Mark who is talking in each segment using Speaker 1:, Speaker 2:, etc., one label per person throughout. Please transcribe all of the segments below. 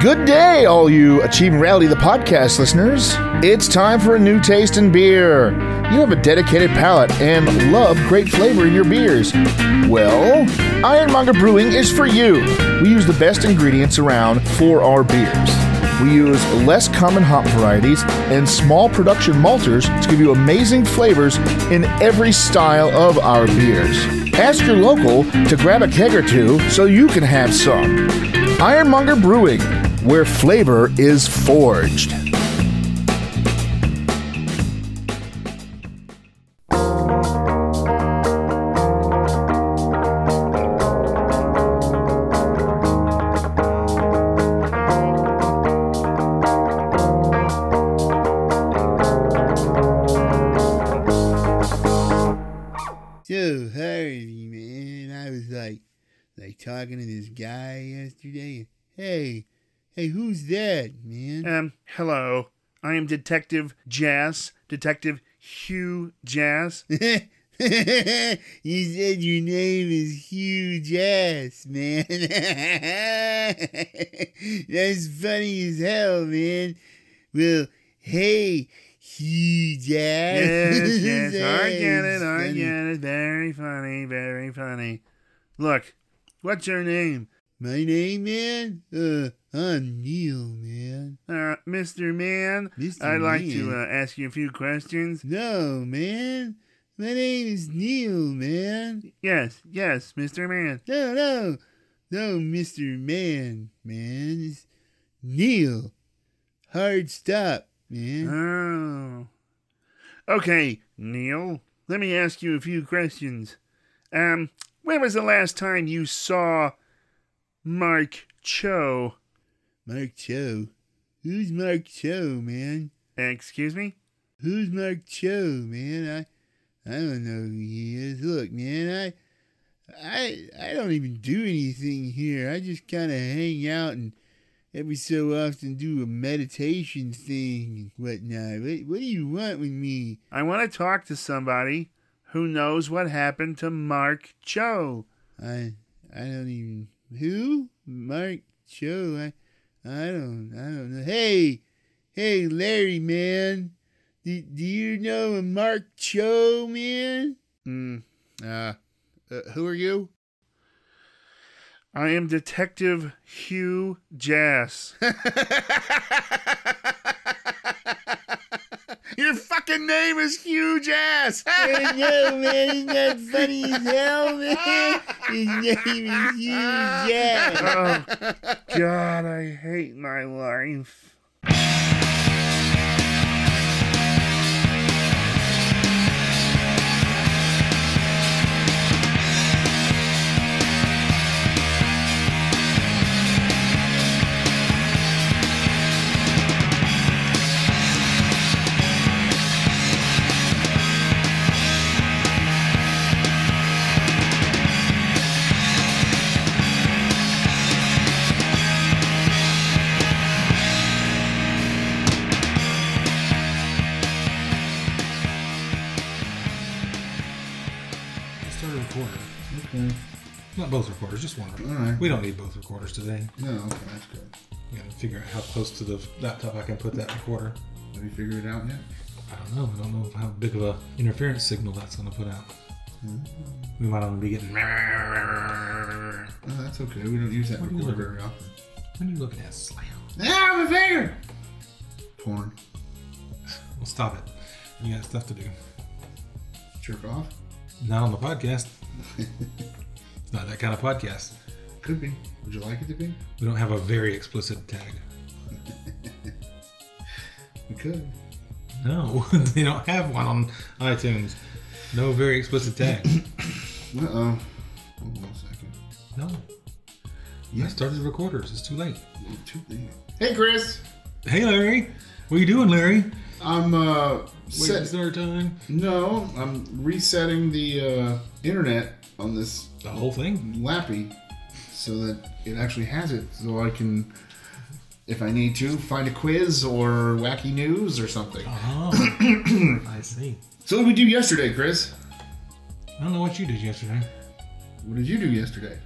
Speaker 1: Good day, all you Achieving Reality the podcast listeners. It's time for a new taste in beer. You have a dedicated palate and love great flavor in your beers. Well, Ironmonger Brewing is for you. We use the best ingredients around for our beers. We use less common hop varieties and small production malters to give you amazing flavors in every style of our beers. Ask your local to grab a keg or two so you can have some. Ironmonger Brewing, where flavor is forged.
Speaker 2: so Harvey, man, I was like, like talking to this guy yesterday. Hey, hey, who's that, man?
Speaker 3: Um, hello. I am Detective Jazz. Detective Hugh Jazz.
Speaker 2: you said your name is huge ass, man. That's funny as hell, man. Well, hey, huge ass.
Speaker 3: Yes, yes, I get it, I
Speaker 2: Funny.
Speaker 3: get it. Very funny, very funny. Look, what's your name?
Speaker 2: My name, man? Uh, I'm Neil, man.
Speaker 3: Uh, Mr. Man,
Speaker 2: Mr.
Speaker 3: I'd like to
Speaker 2: Man.
Speaker 3: uh, ask you a few questions.
Speaker 2: No, man. My name is Neil, man.
Speaker 3: Yes, yes, Mr. Man.
Speaker 2: No, no. No, Mr. Man, man. It's Neil. Hard stop, man.
Speaker 3: Oh. Okay, Neil, let me ask you a few questions. Um, when was the last time you saw Mike Cho?
Speaker 2: Mark Cho. Who's Mark Cho, man?
Speaker 3: Excuse me?
Speaker 2: Who's Mark Cho, man? I I don't know who he is. Look, man, I I I don't even do anything here. I just kind of hang out and every so often do a meditation thing and whatnot. What, what do you want with me?
Speaker 3: I want to talk to somebody who knows what happened to Mark Cho.
Speaker 2: I I don't even who Mark Cho. I I don't I don't know. Hey, hey, Larry, man. Do, do you know a Mark Cho, man?
Speaker 3: Mm.
Speaker 2: Uh, uh, who are you?
Speaker 3: I am Detective Hugh Jass.
Speaker 1: Your fucking name is huge ass.
Speaker 2: I know, man. Isn't that funny as hell, man? His name is Huge Jack.
Speaker 3: Oh, God, I hate my life.
Speaker 4: Let's start a recorder. Not both recorders, just one. Recorder. We don't need both recorders today.
Speaker 2: No, okay, that's good.
Speaker 4: You gotta figure out how close to the laptop I can put that recorder.
Speaker 2: Have you figured it out yet?
Speaker 4: I don't know. I don't know how big of a interference signal that's gonna put out. We might only be getting. What
Speaker 2: No, that's okay. We don't use that
Speaker 4: do you
Speaker 2: recorder
Speaker 4: look-
Speaker 2: very often.
Speaker 4: are you looking at? Slam.
Speaker 2: Ah, I'm a figure! Porn.
Speaker 4: Well, stop it. You got stuff to do.
Speaker 2: Jerk off?
Speaker 4: Not on the podcast. it's not that kind of podcast.
Speaker 2: Could be. Would you like it to be?
Speaker 4: We don't have a very explicit tag.
Speaker 2: We could.
Speaker 4: No, they don't have one on iTunes. No very explicit tag.
Speaker 2: Uh oh. Hold on a second.
Speaker 4: No. I started recorders. It's too late.
Speaker 2: Too late. Hey, Chris!
Speaker 4: Hey, Larry. What you doing, Larry?
Speaker 2: I'm, uh,
Speaker 4: Wait,
Speaker 2: set-
Speaker 4: it's our time.
Speaker 2: No, I'm resetting the, uh, internet on this
Speaker 4: The whole thing.
Speaker 2: Lappy so that it actually has it so I can if I need to find a quiz or wacky news or something.
Speaker 4: Oh, I see.
Speaker 2: So what did we do yesterday, Chris?
Speaker 4: I don't know what you did yesterday.
Speaker 2: What did you do yesterday?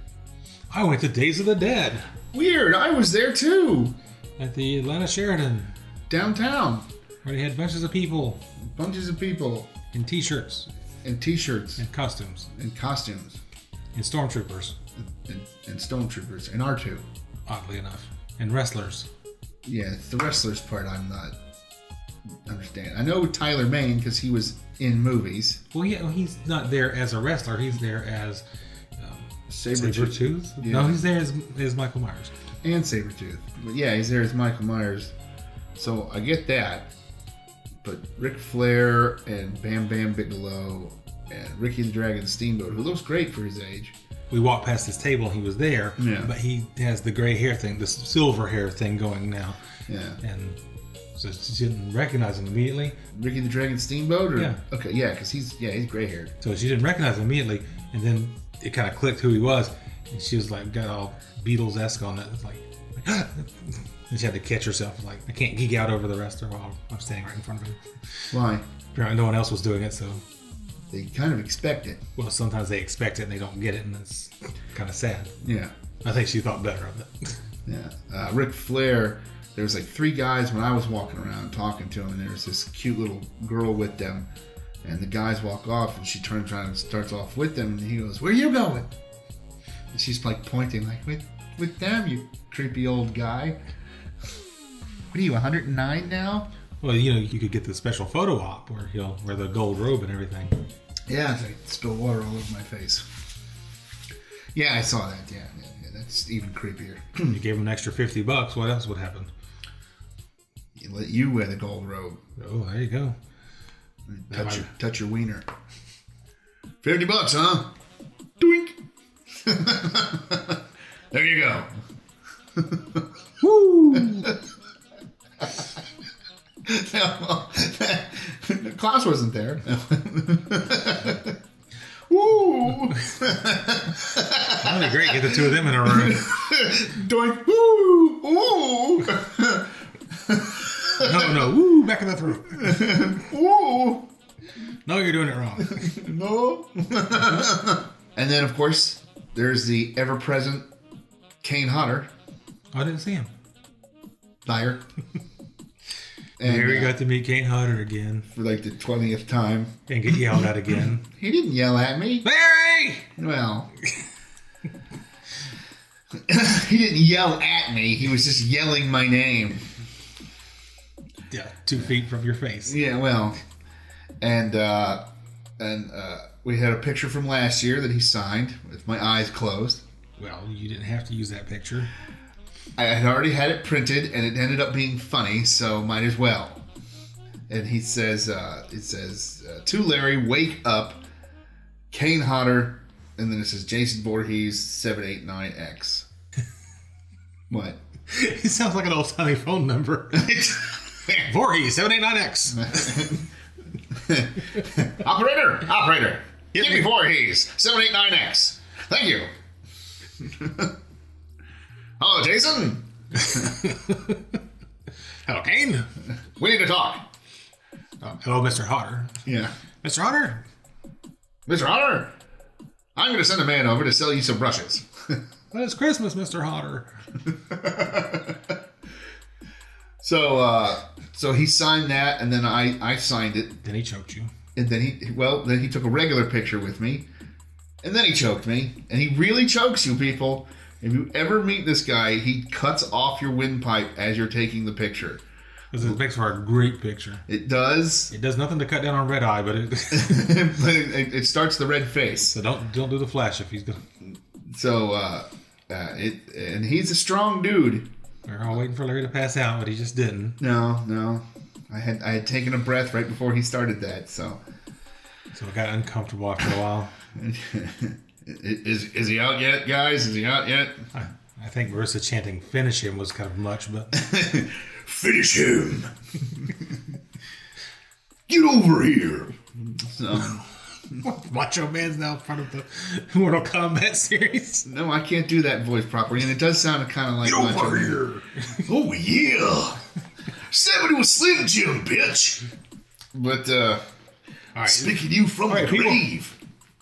Speaker 4: I went to Days of the Dead.
Speaker 2: Weird, I was there too.
Speaker 4: at the Atlanta Sheridan,
Speaker 5: Downtown,
Speaker 4: where they had bunches of people
Speaker 5: bunches of people
Speaker 4: in T-shirts
Speaker 5: in T-shirts
Speaker 4: and costumes
Speaker 5: and costumes
Speaker 4: and stormtroopers,
Speaker 5: and, and stormtroopers and R2.
Speaker 4: oddly enough, and wrestlers.
Speaker 5: Yeah, it's the wrestlers part I'm not understand. I know Tyler Maine because he was in movies.
Speaker 4: Well, yeah, well, he's not there as a wrestler. He's there as
Speaker 5: Sabretooth.
Speaker 4: Sabretooth.
Speaker 5: Yeah.
Speaker 4: No, he's there as, as Michael Myers.
Speaker 5: and Sabretooth. But yeah, he's there as Michael Myers. So I get that. But Ric Flair and Bam Bam Bigelow and Ricky the Dragon Steamboat, who looks great for his age.
Speaker 4: We walked past his table. He was there,
Speaker 5: Yeah.
Speaker 4: but he has the gray hair thing, the silver hair thing going now,
Speaker 5: Yeah.
Speaker 4: and so she didn't recognize him immediately.
Speaker 5: Ricky the Dragon Steamboat? Or,
Speaker 4: Yeah.
Speaker 5: Okay, yeah, because he's, yeah, he's gray haired.
Speaker 4: So she didn't recognize him immediately, and then it kind of clicked who he was, and she was like, got all Beatles esque on it, like, and she had to catch herself, like, I can't geek out over the wrestler while I'm standing right in front of him.
Speaker 5: Why?
Speaker 4: Apparently, no one else was doing it, so
Speaker 5: They kind of expect it.
Speaker 4: well, sometimes they expect it and they don't get it, and it's kind of sad.
Speaker 5: Yeah.
Speaker 4: I think she thought better of it.
Speaker 5: Yeah. Uh, Ric Flair, there was like three guys when I was walking around talking to him, and there was this cute little girl with them. And the guys walk off, and she turns around and starts off with them, and he goes, "Where you going?" And she's like pointing, like with with them, you creepy old guy. What are you, 109 now?
Speaker 4: Well, you know, you could get the special photo op where he'll wear the gold robe and everything.
Speaker 5: Yeah, it's like spill water all over my face. Yeah, I saw that. Yeah, yeah, yeah that's even creepier.
Speaker 4: You gave him an extra fifty bucks. What else would happen?
Speaker 5: You let you wear the gold robe.
Speaker 4: Oh, there you go.
Speaker 5: Touch
Speaker 4: might-
Speaker 5: your, touch your wiener. Fifty bucks, huh? Doink. there you go. Woo! Klaus wasn't there. Woo!
Speaker 4: That'd be great. Get the two of them in a room.
Speaker 5: Doink. Woo! Woo!
Speaker 4: No, no. Woo, back in the throat.
Speaker 5: Woo!
Speaker 4: No, you're doing it wrong.
Speaker 5: No. and then, of course, there's the ever-present Kane Hodder.
Speaker 4: I didn't see him.
Speaker 5: Liar. and
Speaker 4: Here we
Speaker 5: uh,
Speaker 4: got to meet Kane Hodder again
Speaker 5: for like the twentieth time.
Speaker 4: and get yelled at again.
Speaker 5: He didn't yell at me.
Speaker 4: Larry!
Speaker 5: Well, he didn't yell at me. He was just yelling my name.
Speaker 4: Yeah, two feet from your face.
Speaker 5: Yeah, well, and uh, and uh, we had a picture from last year that he signed with my eyes closed.
Speaker 4: Well, you didn't have to use that picture.
Speaker 5: I had already had it printed, and it ended up being funny, so might as well. And he says, uh, it says, uh, to Larry, wake up, Kane Hodder, and then it says Jason Voorhees, 789X. what?
Speaker 4: It sounds like an old timey phone number. Voorhees, 789X.
Speaker 5: operator, operator, give me Voorhees, 789X. Thank you. Hello, Jason.
Speaker 4: Hello, Kane.
Speaker 5: We need to talk.
Speaker 4: Oh, hello, Mr. Hodder.
Speaker 5: Yeah.
Speaker 4: Mr. Hodder,
Speaker 5: Mr. Hodder, I'm going to send a man over to sell you some brushes.
Speaker 4: Well, it's Christmas, Mr. Hodder.
Speaker 5: So uh, so he signed that, and then I I signed it,
Speaker 4: Then he choked you.
Speaker 5: and then he well then he took a regular picture with me, and then he choked me, and he really chokes you people. If you ever meet this guy, he cuts off your windpipe as you're taking the picture.
Speaker 4: This is- makes for a great picture.
Speaker 5: It does,
Speaker 4: It does nothing to cut down on red eye, but it, so
Speaker 5: but it, it starts the red face.
Speaker 4: don't don't do the flash if he's gonna.
Speaker 5: So uh, uh, it and he's a strong dude.
Speaker 4: We're all waiting for Larry to pass out, but he just didn't.
Speaker 5: No, no, I had I had taken a breath right before he started that. So
Speaker 4: So it got uncomfortable after a while.
Speaker 5: is is he out yet, guys? Is he out yet?
Speaker 4: I, I think Marissa chanting "finish him" was kind of much, but
Speaker 5: Finish him! Get over here! So,
Speaker 4: Macho Man's now in front of the Mortal Kombat series.
Speaker 5: no, I can't do that voice properly, and it does sound kind of like Get over here! oh yeah! Seventy was Slim Jim, bitch. But uh,
Speaker 4: All right,
Speaker 5: speaking you from
Speaker 4: right,
Speaker 5: the
Speaker 4: people.
Speaker 5: grave.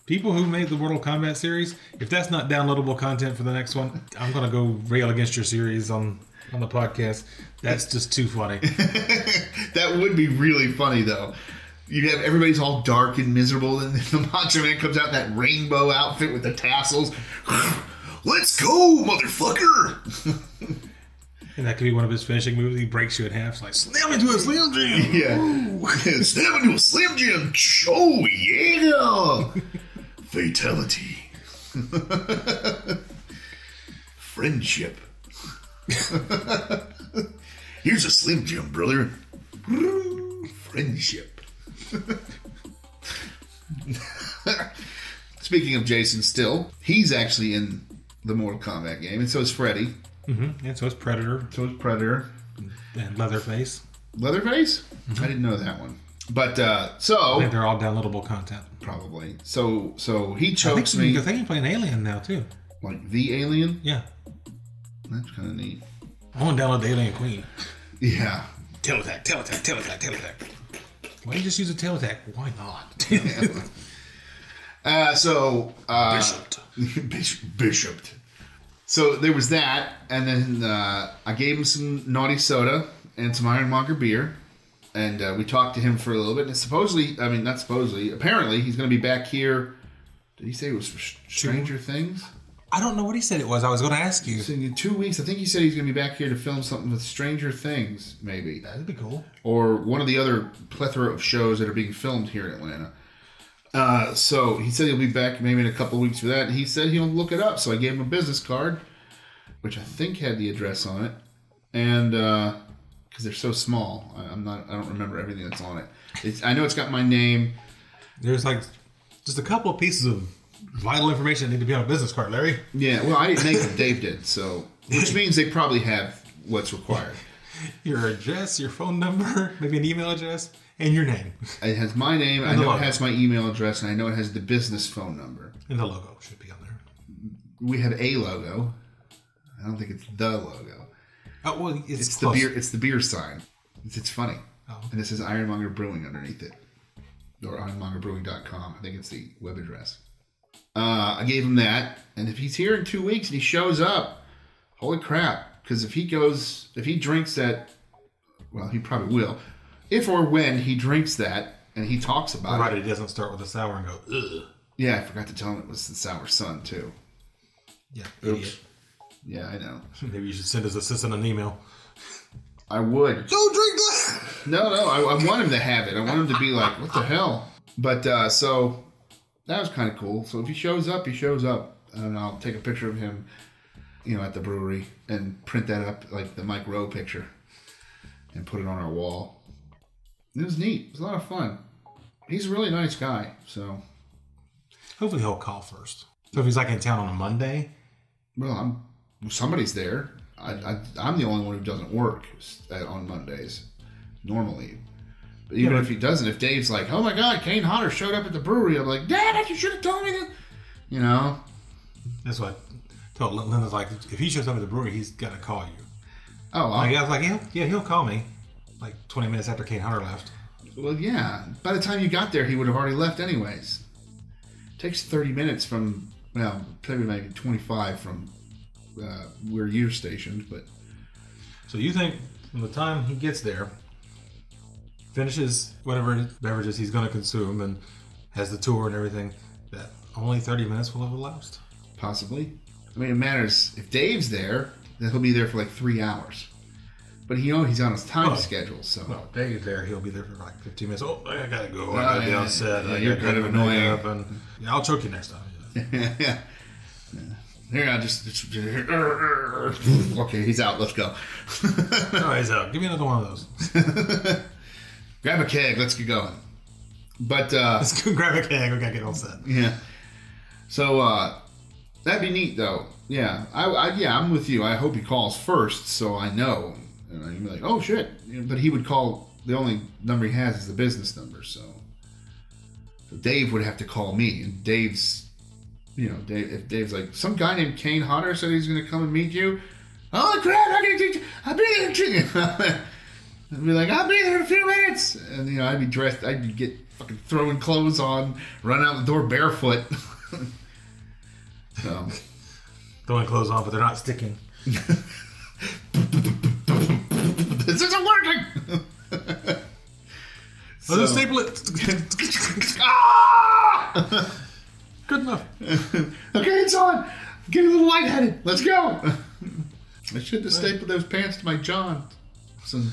Speaker 4: people who made the Mortal Kombat series, if that's not downloadable content for the next one, I'm gonna go rail against your series on on the podcast. That's just too funny.
Speaker 5: that would be really funny though. You have everybody's all dark and miserable, and then the Macho Man comes out in that rainbow outfit with the tassels. Let's go, motherfucker!
Speaker 4: And that could be one of his finishing moves. He breaks you in half, it's like slam into a slam jam.
Speaker 5: Yeah, snap into a slim jim. Oh yeah! Fatality. Friendship. Here's a slim jim, brother. Friendship. Speaking of Jason, still he's actually in the Mortal Kombat game, and so is Freddy.
Speaker 4: Mm-hmm. And so it's Predator
Speaker 5: So is Predator.
Speaker 4: and Leatherface.
Speaker 5: Leatherface? I didn't know that one. But uh
Speaker 4: I
Speaker 5: so
Speaker 4: think they're all downloadable content.
Speaker 5: probably. So so he
Speaker 4: I think,
Speaker 5: chokes
Speaker 4: you,
Speaker 5: me
Speaker 4: I think you play an alien now too.
Speaker 5: like the alien.
Speaker 4: Yeah,
Speaker 5: That's kind of neat.
Speaker 4: I want to download the Alien Queen.
Speaker 5: Yeah.
Speaker 4: Tail attack, tail attack, tail attack, tail attack. Why don't you just use a tail attack? Why not?
Speaker 5: Uh, so uh,
Speaker 4: Bishoped.
Speaker 5: Bish- bishoped. So there was that, and then uh, I gave him some naughty soda and some Ironmonger beer, and uh, we talked to him for a little bit. And supposedly, I mean, not supposedly, apparently, he's going to be back here. Did he say it was for Sh- Stranger Things?
Speaker 4: I don't know what he said it was. I was going to ask you.
Speaker 5: So in two weeks, I think he said he's going to be back here to film something with Stranger Things, maybe.
Speaker 4: That'd be cool.
Speaker 5: or one of the other plethora of shows that are being filmed here in Atlanta. Uh, so he said he'll be back maybe in a couple weeks for that. And he said he'll look it up. So I gave him a business card, which I think had the address on it, and because they're so small, I, I'm not. I don't remember everything that's on it. It's, I know it's got my name.
Speaker 4: There's like just a couple of pieces of vital information that need to be on a business card, Larry.
Speaker 5: Yeah. Well, I didn't make it. Dave did. So, which means they probably have what's required.
Speaker 4: Your address, your phone number, maybe an email address, and your name.
Speaker 5: It has my name. I
Speaker 4: the
Speaker 5: know it
Speaker 4: logo.
Speaker 5: has my email address, and I know it has the business phone number.
Speaker 4: And the logo should be on there.
Speaker 5: we have a logo. I don't think it's the logo.
Speaker 4: Oh, well, it's,
Speaker 5: It's
Speaker 4: close.
Speaker 5: the beer. It's the beer sign. It's, it's funny,
Speaker 4: Oh.
Speaker 5: and it says Ironmonger Brewing underneath it, or IronmongerBrewing.com. I think it's the web address. Uh, I gave him that, and if he's here in two weeks and he shows up, holy crap! Because if he goes, if he drinks that, well, he probably will. If or when he drinks that and he talks about it,
Speaker 4: Provided it doesn't start with a sour and go, ugh.
Speaker 5: yeah, I forgot to tell him it was the Sour Sun too.
Speaker 4: Yeah, idiot.
Speaker 5: Yeah, I know.
Speaker 4: Maybe you should send his assistant an email.
Speaker 5: I would.
Speaker 4: Don't drink that!
Speaker 5: No, no, I, I want him to have it. I want him to be like, what the hell? But uh, so that was kind of cool. So if he shows up, he shows up, and I'll take a picture of him, you know, at the brewery and print that up like the Mike Rowe picture, and put it on our wall. It was neat. It was a lot of fun. He's a really nice guy. So
Speaker 4: Hopefully he'll call first. So if he's like in town on a Monday,
Speaker 5: well, I'm somebody's there. I, I, I'm the only one who doesn't work at, on Mondays normally. But even
Speaker 4: Yeah, but-
Speaker 5: if he doesn't, if Dave's like, "Oh my God, Kane Hodder showed up at the brewery," I'm like, "Damn it, you should have told me that." You know,
Speaker 4: that's what I told Lin- Linda's like, if he shows up at the brewery, he's got to call you.
Speaker 5: oh I'll-
Speaker 4: Like, I was like, yeah, yeah, he'll call me. Like 20 minutes after Kane Hunter left.
Speaker 5: well, yeah. By the time you got there, he would have already left anyways. takes thirty minutes from well, probably maybe twenty-five from uh, where you're stationed, but
Speaker 4: So you think from the time he gets there, finishes whatever beverages he's going to consume and has the tour and everything, that only 30 minutes will have elapsed?
Speaker 5: Possibly. I mean, it matters. If Dave's there, then he'll be there for like three hours. But he know he's on his time
Speaker 4: Oh.
Speaker 5: schedule, so
Speaker 4: Well, Dave's there. He'll be there for like 15 minutes. Oh, I gotta go. I
Speaker 5: Oh,
Speaker 4: gotta be
Speaker 5: yeah,
Speaker 4: on set.
Speaker 5: yeah,
Speaker 4: I
Speaker 5: you're
Speaker 4: gotta
Speaker 5: kind
Speaker 4: get
Speaker 5: of
Speaker 4: my
Speaker 5: annoying.
Speaker 4: makeup And, yeah, I'll choke you next time. Yeah.
Speaker 5: yeah. Here, I just, just- okay. He's out. Let's go.
Speaker 4: no, he's out. uh, Give me another one of those.
Speaker 5: Grab a keg. Let's get going. But uh,
Speaker 4: Let's go grab a keg. We gotta get on set.
Speaker 5: yeah, so uh, that'd be neat though. Yeah, I, I yeah, I'm with you. I hope he calls first, so I know. And I'd be like, oh shit. You know, But he would call. The only number he has is the business number, so Dave would have to call me, and Dave's, you know, Dave, if Dave's like some guy named Kane Hodder said he's gonna come and meet you. Oh crap! I'm gonna get you. I'll be there. in two-" I'd be like, I'll be there in a few minutes, and you know, I'd be dressed. I'd be get fucking throwing clothes on, run out the door barefoot. so
Speaker 4: Throwing clothes on, but they're not sticking.
Speaker 5: this isn't working.
Speaker 4: Oh,
Speaker 5: So-
Speaker 4: staple it.
Speaker 5: ah!
Speaker 4: Good enough.
Speaker 5: okay, it's on. I'm getting a little lightheaded. Let's go. I should have stapled those pants to my John. Some-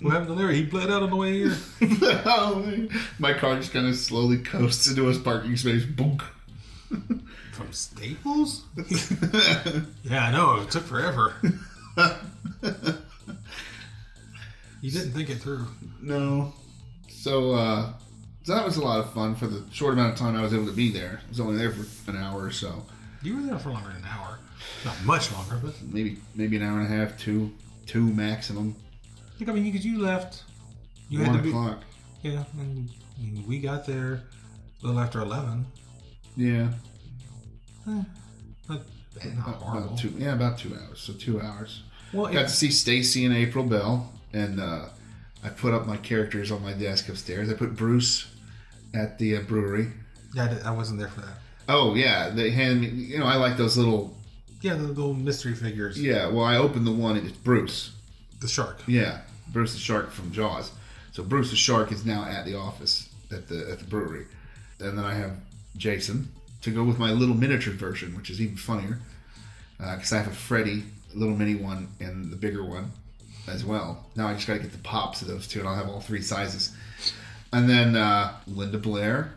Speaker 4: What happened to Larry? He bled out on the way here.
Speaker 5: my car just kind of slowly coasts into his parking space. Boonk.
Speaker 4: From Staples? yeah, I know. It took forever. you didn't think it through.
Speaker 5: No. So, uh, so that was a lot of fun for the short amount of time I was able to be there. I was only there for an hour or so,
Speaker 4: You were there for longer than an hour. Not much longer, but
Speaker 5: maybe maybe an hour and a half, two, two maximum.
Speaker 4: I think, I mean, because you left. You
Speaker 5: one
Speaker 4: to be.
Speaker 5: o'clock.
Speaker 4: Yeah, and and we got there a little after 11.
Speaker 5: Yeah,
Speaker 4: Not, eh, not horrible.
Speaker 5: about two. Yeah, about two hours. So two hours.
Speaker 4: Well,
Speaker 5: Got to
Speaker 4: it,
Speaker 5: see Stacy and April Bell, and uh, I put up my characters on my desk upstairs. I put Bruce at the uh, brewery.
Speaker 4: yeah, I, did- I wasn't there for that.
Speaker 5: Oh yeah, they hand me. You know, I like those little.
Speaker 4: Yeah, the little mystery figures.
Speaker 5: Yeah, well, I opened the one. and It's Bruce.
Speaker 4: The shark.
Speaker 5: Yeah, Bruce the Shark from Jaws. So Bruce the Shark is now at the office at the at the brewery, and then I have Jason to go with my little miniature version, which is even funnier because I have a Freddy a little mini one and the bigger one as well. Now I just got to get the pops of those two, and I'll have all three sizes. And then uh, Linda Blair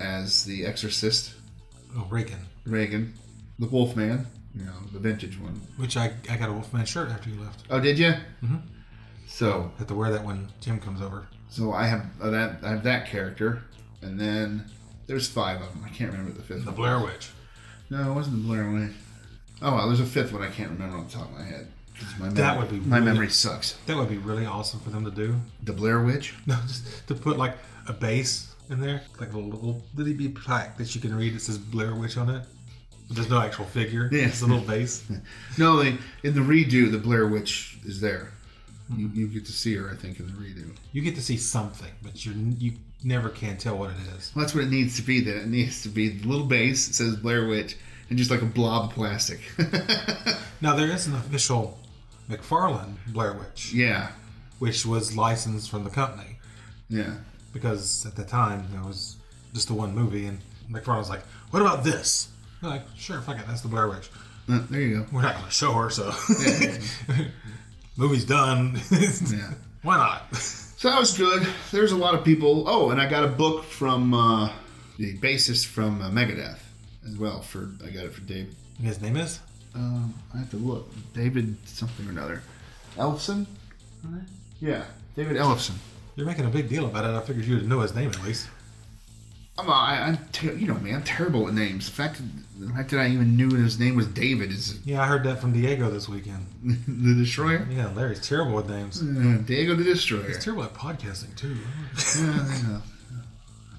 Speaker 5: as the Exorcist,
Speaker 4: Oh, Reagan.
Speaker 5: Reagan, the Wolfman, you know, the vintage one.
Speaker 4: Which I, I got a Wolfman shirt after you left.
Speaker 5: Oh, did you?
Speaker 4: Mhm.
Speaker 5: So
Speaker 4: have to wear that when Jim comes over.
Speaker 5: So I have uh, that. I have that character, and then there's five of them. I can't remember the fifth.
Speaker 4: The
Speaker 5: one.
Speaker 4: Blair Witch.
Speaker 5: No, it wasn't the Blair one. Oh well, there's a fifth one I can't remember on the top of my head. 'Cause My
Speaker 4: That
Speaker 5: mem-
Speaker 4: would be
Speaker 5: my
Speaker 4: really-
Speaker 5: memory sucks.
Speaker 4: That would be really awesome for them to do.
Speaker 5: The Blair Witch.
Speaker 4: No, just to put like a base in there, like a little it'd be plaque that you can read that says Blair Witch on it. But there's no actual figure.
Speaker 5: Yeah.
Speaker 4: It's a little base.
Speaker 5: No, they, in the redo, the Blair Witch is there. You, you get to see her, I think, in the redo.
Speaker 4: You get to see something, but you you never can tell what it is.
Speaker 5: Well, that's what it needs to be. Then it needs to be the little base that says Blair Witch, and just like a blob of plastic.
Speaker 4: Now there is an official McFarlane Blair Witch,
Speaker 5: yeah,
Speaker 4: which was licensed from the company.
Speaker 5: yeah.
Speaker 4: because at the time there was just the one movie, and McFarlane was like, "What about this?" They're like, "Sure, fuck it, that's the Blair Witch.
Speaker 5: Uh, there you go.
Speaker 4: We're not going to show her, so movie's done.
Speaker 5: Yeah.
Speaker 4: Why not?"
Speaker 5: So that was good. There's a lot of people. Oh, and I got a book from uh, the bassist from uh, Megadeth as well. For I got it for David.
Speaker 4: And his name is
Speaker 5: Um, I have to look. David something or another. Elfson. Yeah, David Elfson.
Speaker 4: You're making a big deal about it. I figured you'd know his name at least.
Speaker 5: I'm, I, I'm ter- you know, man, I'm terrible at names. The fact, the fact that I even knew his name was David is
Speaker 4: Yeah, I heard that from Diego this weekend.
Speaker 5: the Destroyer.
Speaker 4: Yeah, Larry's terrible with names.
Speaker 5: Uh, Diego the Destroyer.
Speaker 4: He's terrible at podcasting too.
Speaker 5: Yeah, I know.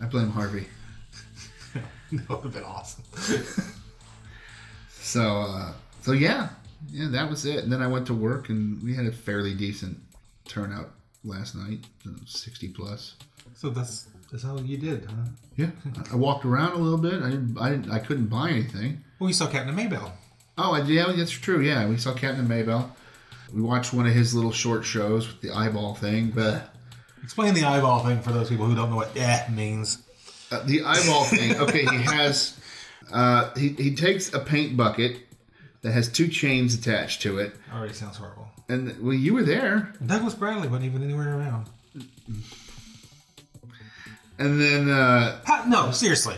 Speaker 5: I blame Harvey.
Speaker 4: that would have been awesome.
Speaker 5: So, uh, so yeah, yeah, that was it. And then I went to work, and we had a fairly decent turnout last night, you know, sixty plus.
Speaker 4: so that's that's how you did, huh?
Speaker 5: Yeah, I- I walked around a little bit. I didn't, I didn't, I couldn't buy anything.
Speaker 4: Well, you saw Captain Maybell.
Speaker 5: Oh, I, yeah, that's true. Yeah, we saw Captain Maybell. We watched one of his little short shows with the eyeball thing, but
Speaker 4: Explain the eyeball thing for those people who don't know what "eh" means.
Speaker 5: uh, the eyeball thing. Okay, he has, uh, he he takes a paint bucket that has two chains attached to it,
Speaker 4: Already sounds horrible.
Speaker 5: and well, you were there.
Speaker 4: Douglas Bradley wasn't even anywhere around.
Speaker 5: And then uh,
Speaker 4: Ha, no, seriously.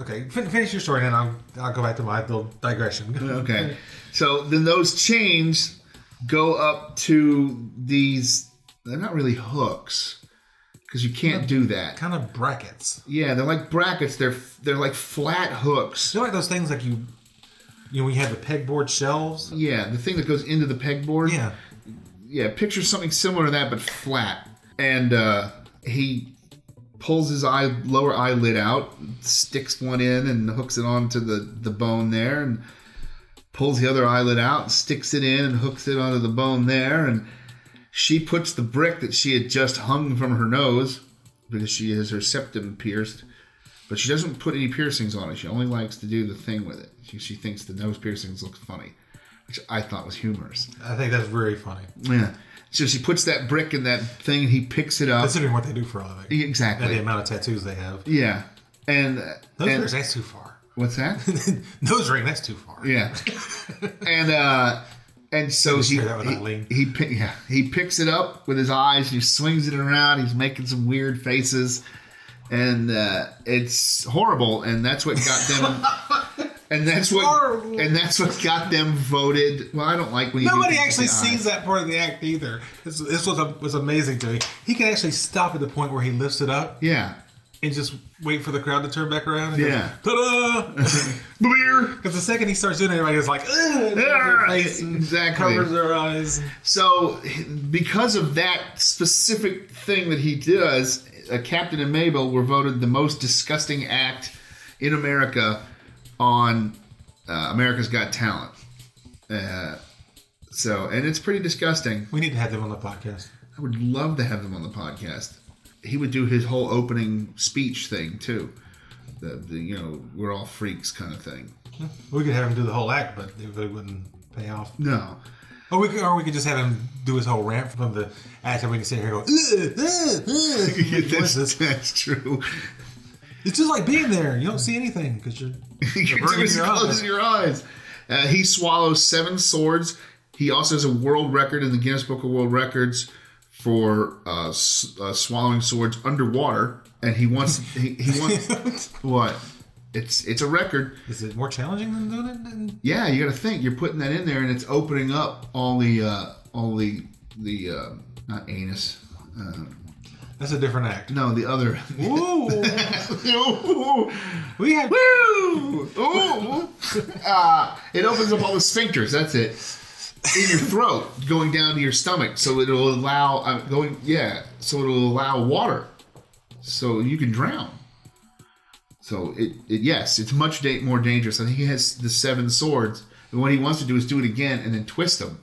Speaker 4: Okay, fin- finish your story, and I'll I'll go back to my little digression.
Speaker 5: Okay. So then those chains go up to these. They're not really hooks because you can't do that.
Speaker 4: kind of brackets.
Speaker 5: Yeah, they're like brackets. They're they're like flat hooks.
Speaker 4: You know, like those things like you, you know, we had the pegboard shelves.
Speaker 5: Yeah, the thing that goes into the pegboard.
Speaker 4: Yeah,
Speaker 5: Yeah, picture something similar to that but flat. And uh, he pulls his eye lower eyelid out, sticks one in and hooks it onto the the bone there and pulls the other eyelid out and sticks it in and hooks it onto the bone there and she puts the brick that she had just hung from her nose because she has her septum pierced but she doesn't put any piercings on it she only likes to do the thing with it she, she thinks the nose piercings look funny which I thought was humorous.
Speaker 4: I think that's very funny.
Speaker 5: Yeah. So she puts that brick in that thing, and he picks it up.
Speaker 4: Considering what they do for a living. And the
Speaker 5: E, Exactly.
Speaker 4: amount of tattoos they have.
Speaker 5: Yeah. And,
Speaker 4: Nose
Speaker 5: and
Speaker 4: rings, that's too far.
Speaker 5: what's that?
Speaker 4: Nose ring, that's too far.
Speaker 5: Yeah. and uh and so
Speaker 4: Just
Speaker 5: he
Speaker 4: share that with
Speaker 5: he,
Speaker 4: Eileen.
Speaker 5: he, pick, yeah, he picks it up with his eyes and he swings it around. He's making some weird faces, and uh, it's horrible. And that's what got them. and that's what
Speaker 4: horrible.
Speaker 5: and that's what got them voted. Well, I don't like when you do
Speaker 4: Nobody
Speaker 5: things
Speaker 4: actually
Speaker 5: with the eyes.
Speaker 4: sees that part of the act either. This, this was, was amazing to me. He can actually stop at the point where he lifts it up
Speaker 5: Yeah.
Speaker 4: and just wait for the crowd to turn back around. And
Speaker 5: Yeah.
Speaker 4: Goes, Ta-da!
Speaker 5: Beer.
Speaker 4: Because the second he starts doing it, everybody's like, Ugh,
Speaker 5: Yeah,
Speaker 4: their face and
Speaker 5: exactly.
Speaker 4: covers their eyes.
Speaker 5: So, because of that specific thing that he does, uh, Captain and Mabel were voted the most disgusting act in America on uh, America's Got Talent. Uh, so, and it's pretty disgusting.
Speaker 4: We need to have them on the podcast.
Speaker 5: I would love to have them on the podcast. He would do his whole opening speech thing too. The, the you know we're all freaks kind of thing.
Speaker 4: We could have him do the whole act, but it really wouldn't pay off.
Speaker 5: No,
Speaker 4: Or we could, or we could just have him do his whole rant from the act, and we can sit here and go, Ugh, ugh, ugh, and make
Speaker 5: that's,
Speaker 4: voices.
Speaker 5: that's true.
Speaker 4: It's just like being there. You don't see anything because you're.
Speaker 5: You're
Speaker 4: burning
Speaker 5: just
Speaker 4: your
Speaker 5: closing
Speaker 4: eyes.
Speaker 5: your eyes. Uh, he swallows seven swords. He also has a world record in the Guinness Book of World Records for uh, s- uh, swallowing swords underwater, and he wants he, he wants what? It's it's a record.
Speaker 4: Is it more challenging than doing it? in-
Speaker 5: Yeah, you got to think. You're putting that in there, and it's opening up all the uh, all the the uh, not anus. Uh,
Speaker 4: That's a different act.
Speaker 5: no, the other.
Speaker 4: Ooh, we had
Speaker 5: Woo! Ooh! uh, it opens up all the sphincters. That's it. In your throat, going down to your stomach, so it'll allow uh, going. Yeah, so it'll allow water, so you can drown. So it, it yes, it's much da- more dangerous. I think he has the seven swords, and what he wants to do is do it again and then twist them.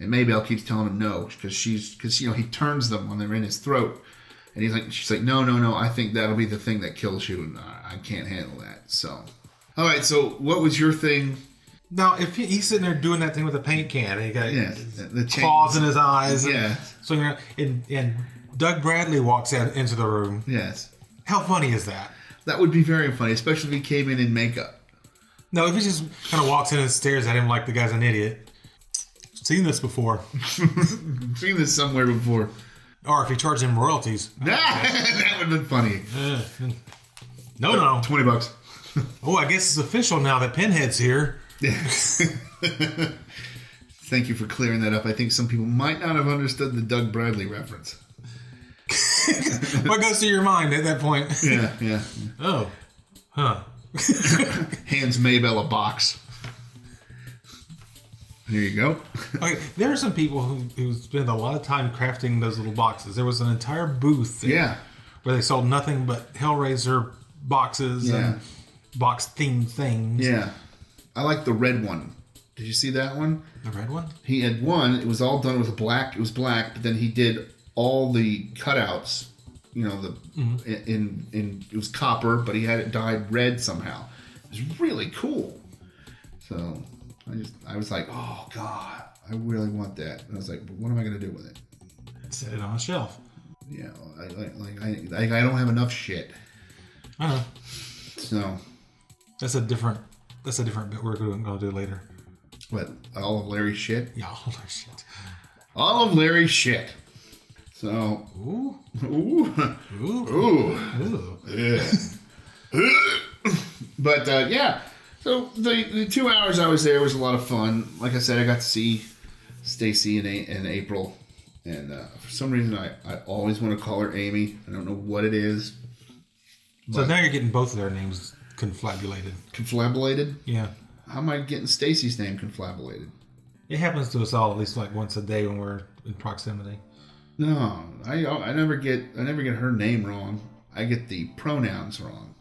Speaker 5: And Maybell keeps telling him no because she's because you know he turns them when they're in his throat, and he's like, she's like, no, no, no. I think that'll be the thing that kills you, and I, I can't handle that. So, all right. So, what was your thing?
Speaker 4: now. If he, he's sitting there doing that thing with a paint can, and he got
Speaker 5: Yeah, the, the chain.
Speaker 4: claws in his eyes, and
Speaker 5: Yeah.
Speaker 4: swinging around, and, and Doug Bradley walks out into the room.
Speaker 5: Yes,
Speaker 4: How funny is that?
Speaker 5: that would be very funny, especially if he came in in makeup.
Speaker 4: No, if he just kind of walks in and stares at him like the guy's an idiot. Seen this before,
Speaker 5: I've seen this somewhere before.
Speaker 4: or if he charged him royalties.
Speaker 5: that would have been funny.
Speaker 4: No, no.
Speaker 5: Twenty bucks.
Speaker 4: Oh, I guess it's official now that Pinhead's here.
Speaker 5: Thank you for clearing that up. I think some people might not have understood the Doug Bradley reference.
Speaker 4: What goes through your mind at that point?
Speaker 5: Yeah, yeah.
Speaker 4: Oh, huh.
Speaker 5: Hands Maybell a box. There you go.
Speaker 4: Okay, there are some people who, who spend a lot of time crafting those little boxes. There was an entire booth there
Speaker 5: Yeah.
Speaker 4: where they sold nothing but Hellraiser boxes
Speaker 5: Yeah.
Speaker 4: and box themed things.
Speaker 5: Yeah. I like the red one. Did you see that one?
Speaker 4: The red one?
Speaker 5: He had one, it was all done with black, it was black, but then he did all the cutouts, you know, the in in it was copper, but he had it dyed red somehow. It was really cool. So I just I was like, "Oh god, I really want that." And I was like, "But what am I going to do with it?"
Speaker 4: Set it on a shelf.
Speaker 5: Yeah, I, like like I, I I don't have enough shit.
Speaker 4: I don't know.
Speaker 5: So,
Speaker 4: That's a different that's a different bit we're gonna do later.
Speaker 5: but all of Larry's shit,
Speaker 4: Yeah, holy shit.
Speaker 5: all of Larry's shit. So,
Speaker 4: Ooh,
Speaker 5: ooh,
Speaker 4: ooh,
Speaker 5: ooh.
Speaker 4: ooh.
Speaker 5: but uh, yeah, so the, the two hours I was there was a lot of fun. Like I said, I got to see Stacy and, a- and April, and uh, for some reason I, I always want to call her Amy. I don't know what it is.
Speaker 4: So now you're getting both of their names confabulated.
Speaker 5: Confabulated.
Speaker 4: Yeah.
Speaker 5: How am I getting Stacy's name confabulated?
Speaker 4: It happens to us all at least like once a day when we're in proximity.
Speaker 5: No, I I never get I never get her name wrong. I get the pronouns wrong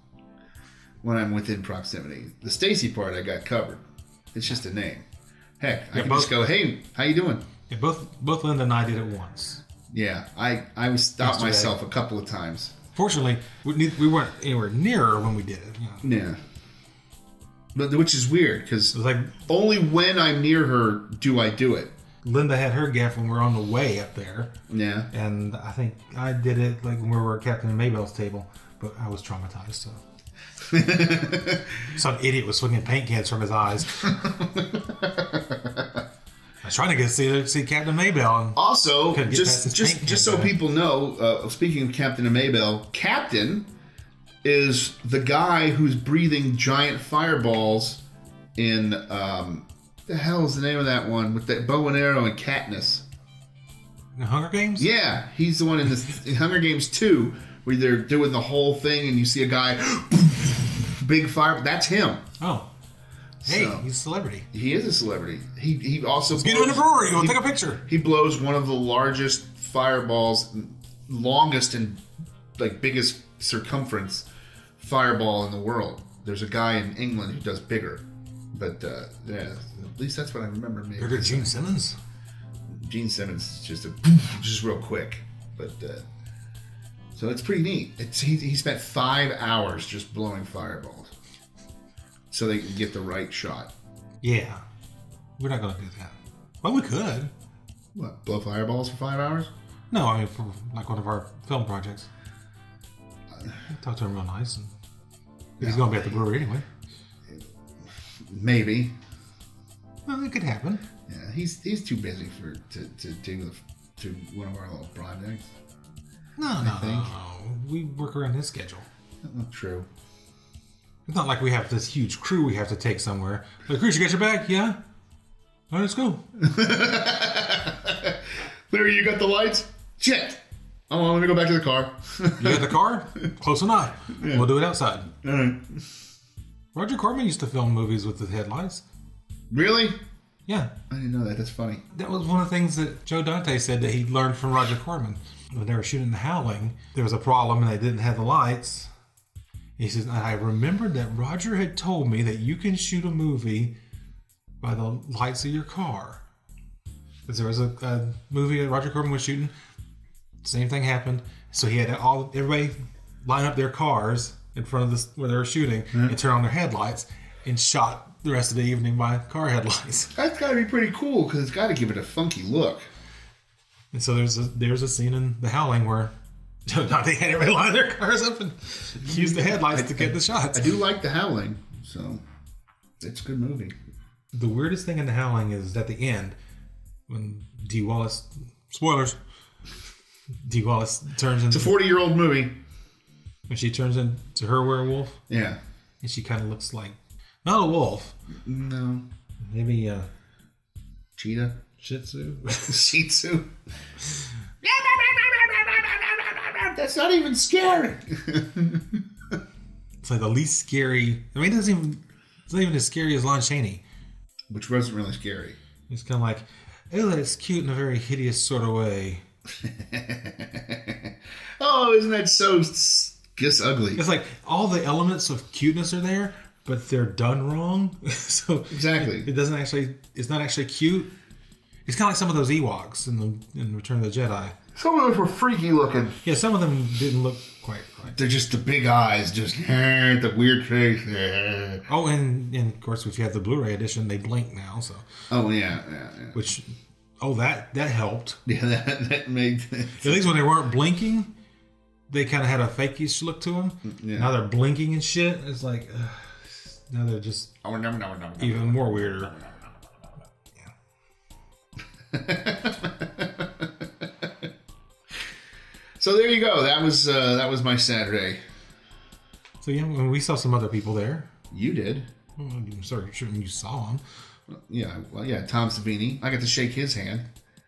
Speaker 5: when I'm within proximity. The Stacy part I got covered. It's just a name. Heck, I can
Speaker 4: both-
Speaker 5: just go, "Hey, how you doing?"
Speaker 4: Yeah, both both Linda and I did it once.
Speaker 5: Yeah, I I was stopped
Speaker 4: Yesterday.
Speaker 5: myself a couple of times.
Speaker 4: Fortunately, we, ne- we weren't anywhere nearer when we did it. you know.
Speaker 5: Yeah. but which is weird because
Speaker 4: It was like
Speaker 5: only when I'm near her do I do it.
Speaker 4: Linda had her gaff when we were on the way up there,
Speaker 5: Yeah.
Speaker 4: and I think I did it like when we were at Captain Maybell's table, but I was traumatized. So some idiot was swinging paint cans from his eyes. I was trying to go see see Captain Maybell, and
Speaker 5: Also,
Speaker 4: Couldn't get past
Speaker 5: just
Speaker 4: his
Speaker 5: just
Speaker 4: tank
Speaker 5: just so
Speaker 4: cap, right?
Speaker 5: people know, uh, speaking of Captain and Maybell, Captain is the guy who's breathing giant fireballs in um, the hell is the name of that one with that bow and arrow and Katniss.
Speaker 4: the Hunger Games.
Speaker 5: Yeah, he's the one in this in Hunger Games two where they're doing the whole thing and you see a guy, big fire. That's him.
Speaker 4: Oh, hey,
Speaker 5: So-
Speaker 4: he's a celebrity.
Speaker 5: He is a celebrity. He he also
Speaker 4: Let's get him in a brewery. We'll take a picture.
Speaker 5: He blows one of the largest fireballs, longest and like biggest circumference fireball in the world. There's a guy in England who does bigger, but uh, yeah, at least that's what I remember. Maybe
Speaker 4: Bigger Gene Simmons.
Speaker 5: Gene Simmons is just a just real quick, but uh, so it's pretty neat. It's he, he spent five hours just blowing fireballs, so they can get the right shot.
Speaker 4: Yeah, we're not gonna do that. Well, we could.
Speaker 5: What blow fireballs for five hours?
Speaker 4: No, I mean for like one of our film projects. Talk to him real nice, and he's gonna be at the brewery anyway.
Speaker 5: Maybe.
Speaker 4: Well, it could happen.
Speaker 5: Yeah, he's he's too busy for to to do the, to one of our little projects.
Speaker 4: No, no,
Speaker 5: think.
Speaker 4: no. We work around his schedule.
Speaker 5: Not true.
Speaker 4: It's not like we have this huge crew we have to take somewhere. Like, Chris, you got your bag? Yeah. All right, let's go.
Speaker 5: Larry, you got the lights? Shit. Oh, let me go back to the car.
Speaker 4: You got the car? Close enough. We'll do it outside. Roger Corman used to film movies with his headlights.
Speaker 5: really?
Speaker 4: Yeah,
Speaker 5: I didn't know that. That's funny.
Speaker 4: that was one of the things that Joe Dante said that he learned from Roger Corman. When they were shooting The Howling, there was a problem and they didn't have the lights. He says, and I remembered that Roger had told me that you can shoot a movie by the lights of your car. 'Cause there was a, a movie that Roger Corman was shooting. Same thing happened. So he had all everybody line up their cars in front of this where they were shooting and turn on their headlights and shot the rest of the evening by car headlights.
Speaker 5: That's got to be pretty cool because it's got to give it a funky look.
Speaker 4: And so there's a, there's a scene in The Howling where Joe Dante had everybody line their cars up and use the headlights to get the shots.
Speaker 5: I do like the Howling, so it's a good movie.
Speaker 4: The weirdest thing in The Howling is at the end when D. Wallace spoilers D. Wallace turns
Speaker 5: It's
Speaker 4: into
Speaker 5: a forty-year-old movie.
Speaker 4: when she turns into her werewolf
Speaker 5: Yeah.
Speaker 4: and she kind of looks like not a wolf,
Speaker 5: No.
Speaker 4: maybe uh, a
Speaker 5: Cheetah.
Speaker 4: Shih Tzu.
Speaker 5: Shih Tzu. That's not even scary.
Speaker 4: it's like the least scary. I mean, it doesn't even it's not even as scary as Lon Chaney.
Speaker 5: Which wasn't really scary.
Speaker 4: It's kind of like, oh, that's cute in a very hideous sort of way.
Speaker 5: oh, isn't that so s- just ugly?
Speaker 4: It's like all the elements of cuteness are there, but they're done wrong. so
Speaker 5: Exactly.
Speaker 4: it, it doesn't actually. It's not actually cute. It's kind of like some of those Ewoks in the in Return of the Jedi.
Speaker 5: Some of those were freaky looking.
Speaker 4: Yeah, some of them didn't look quite right.
Speaker 5: They're just the big eyes, just eh, the weird face. eh.
Speaker 4: Oh, and, and of course, if you have the Blu-ray edition, they blink now. So,
Speaker 5: Oh yeah, yeah, yeah.
Speaker 4: which, oh, that that helped.
Speaker 5: yeah that, that made
Speaker 4: At least when they weren't blinking, they kind of had a fakeish look to them.
Speaker 5: yeah.
Speaker 4: Now they're blinking and shit. It's like ugh, now they're just
Speaker 5: Oh no, no, no, no, no.
Speaker 4: even more weirder.
Speaker 5: So there you go. That was uh, that was my Saturday.
Speaker 4: So yeah, when we saw some other people there.
Speaker 5: You did.
Speaker 4: Well, I'm sorry, shouldn't you saw him?
Speaker 5: Yeah, well, yeah. Tom Savini. I got to shake his hand.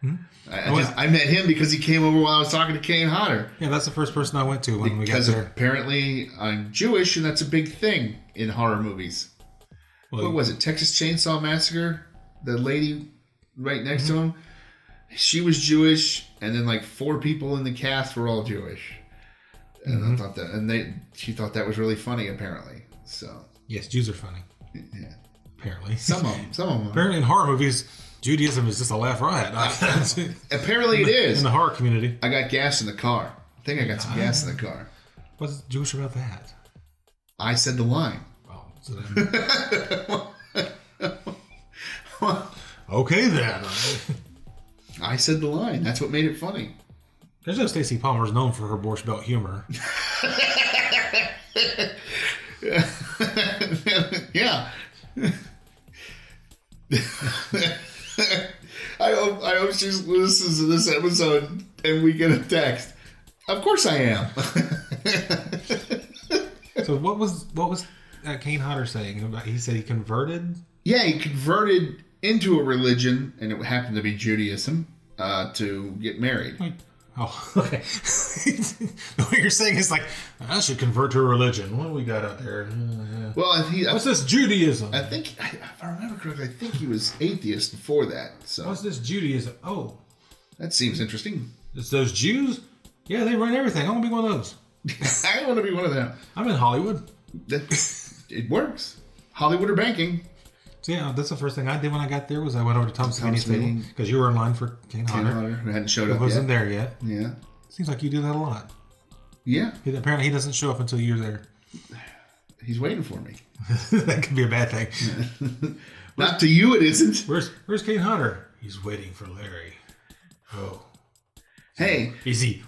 Speaker 5: I, I,
Speaker 4: Oh,
Speaker 5: just,
Speaker 4: yeah.
Speaker 5: I met him because he came over while I was talking to Kane Hodder.
Speaker 4: Yeah, that's the first person I went to when we got
Speaker 5: Because
Speaker 4: there.
Speaker 5: apparently I'm Jewish, and that's a big thing in horror movies.
Speaker 4: Well,
Speaker 5: what was it? Texas Chainsaw Massacre. The lady right next
Speaker 4: Mm-hmm.
Speaker 5: to him, she was Jewish, and then like four people in the cast were all Jewish. And
Speaker 4: Mm-hmm.
Speaker 5: I thought that, and they, she thought that was really funny. Apparently, so
Speaker 4: Yes, Jews are funny.
Speaker 5: yeah,
Speaker 4: Apparently,
Speaker 5: some of them, some of them.
Speaker 4: apparently in horror movies, Judaism is just a laugh riot. in
Speaker 5: Apparently, it is.
Speaker 4: the Ah. horror community,
Speaker 5: I got gas in the car. I think I got some gas in the car.
Speaker 4: what's Jewish about that?
Speaker 5: I said the line.
Speaker 4: Well, So then, okay then.
Speaker 5: I said the line. That's what made it funny.
Speaker 4: There's no Stacy Palmer's known for her borscht belt humor.
Speaker 5: yeah. I hope I hope she listens to this episode and we get a text. Of course I am.
Speaker 4: So what was what was uh, Kane Hodder saying? About, he said he converted.
Speaker 5: yeah, he converted into a religion, and it happened to be Judaism, uh, to get married.
Speaker 4: Oh, okay. what you're saying is like I should convert to a religion. What do we got out there? Uh, yeah.
Speaker 5: Well, I think, I,
Speaker 4: What's this Judaism?
Speaker 5: I think I, if I remember correctly, I think he was atheist before that. So
Speaker 4: What's this Judaism? Oh,
Speaker 5: that seems interesting.
Speaker 4: it's those Jews. Yeah, they run everything. I want to be one of those.
Speaker 5: I want to be one of them.
Speaker 4: I'm in Hollywood.
Speaker 5: That- it works. Hollywood or banking.
Speaker 4: So yeah, that's the first thing I did when I got there was I went over to Tom Savini's
Speaker 5: Savini.
Speaker 4: table because you were in line for Kane
Speaker 5: Kane
Speaker 4: Hodder.
Speaker 5: Hodder, who hadn't showed
Speaker 4: It
Speaker 5: up
Speaker 4: wasn't
Speaker 5: yet.
Speaker 4: there yet.
Speaker 5: Yeah.
Speaker 4: Seems like you do that a lot.
Speaker 5: Yeah.
Speaker 4: He, apparently, he doesn't show up until you're there.
Speaker 5: He's waiting for me.
Speaker 4: that could be a bad thing.
Speaker 5: Not to you, it isn't.
Speaker 4: Where's Where's Kane Hunter? He's waiting for Larry. Oh,
Speaker 5: Hey,
Speaker 4: is he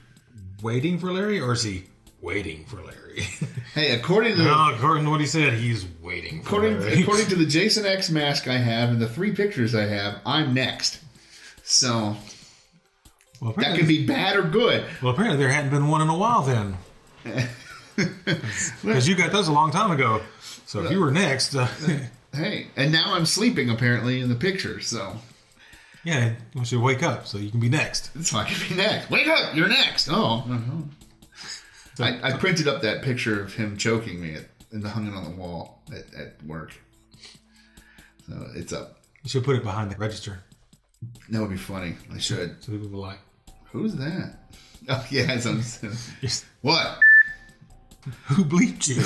Speaker 4: waiting for Larry or is he waiting for Larry?
Speaker 5: hey, according to
Speaker 4: no, according to what he said, he's waiting for
Speaker 5: according,
Speaker 4: Larry.
Speaker 5: according to the Jason X mask I have and the three pictures I have, I'm next. So
Speaker 4: well,
Speaker 5: that
Speaker 4: apparently,
Speaker 5: could be bad or good.
Speaker 4: well, apparently there hadn't been one in a while then, because you got those a long time ago. So if you were next, uh,
Speaker 5: Hey, and now I'm sleeping apparently in the picture, so
Speaker 4: yeah, you should wake up so you can be next.
Speaker 5: it's not gonna be next. Wake up, you're next. Oh, mhm. I, I printed up that picture of him choking me at, and hung it on the wall at, at work. So it's up.
Speaker 4: You should put it behind the register
Speaker 5: That would be funny. I should.
Speaker 4: so people will like.
Speaker 5: Who's that? Oh yeah, it's on.
Speaker 4: Yes.
Speaker 5: what?
Speaker 4: Who bleeped you?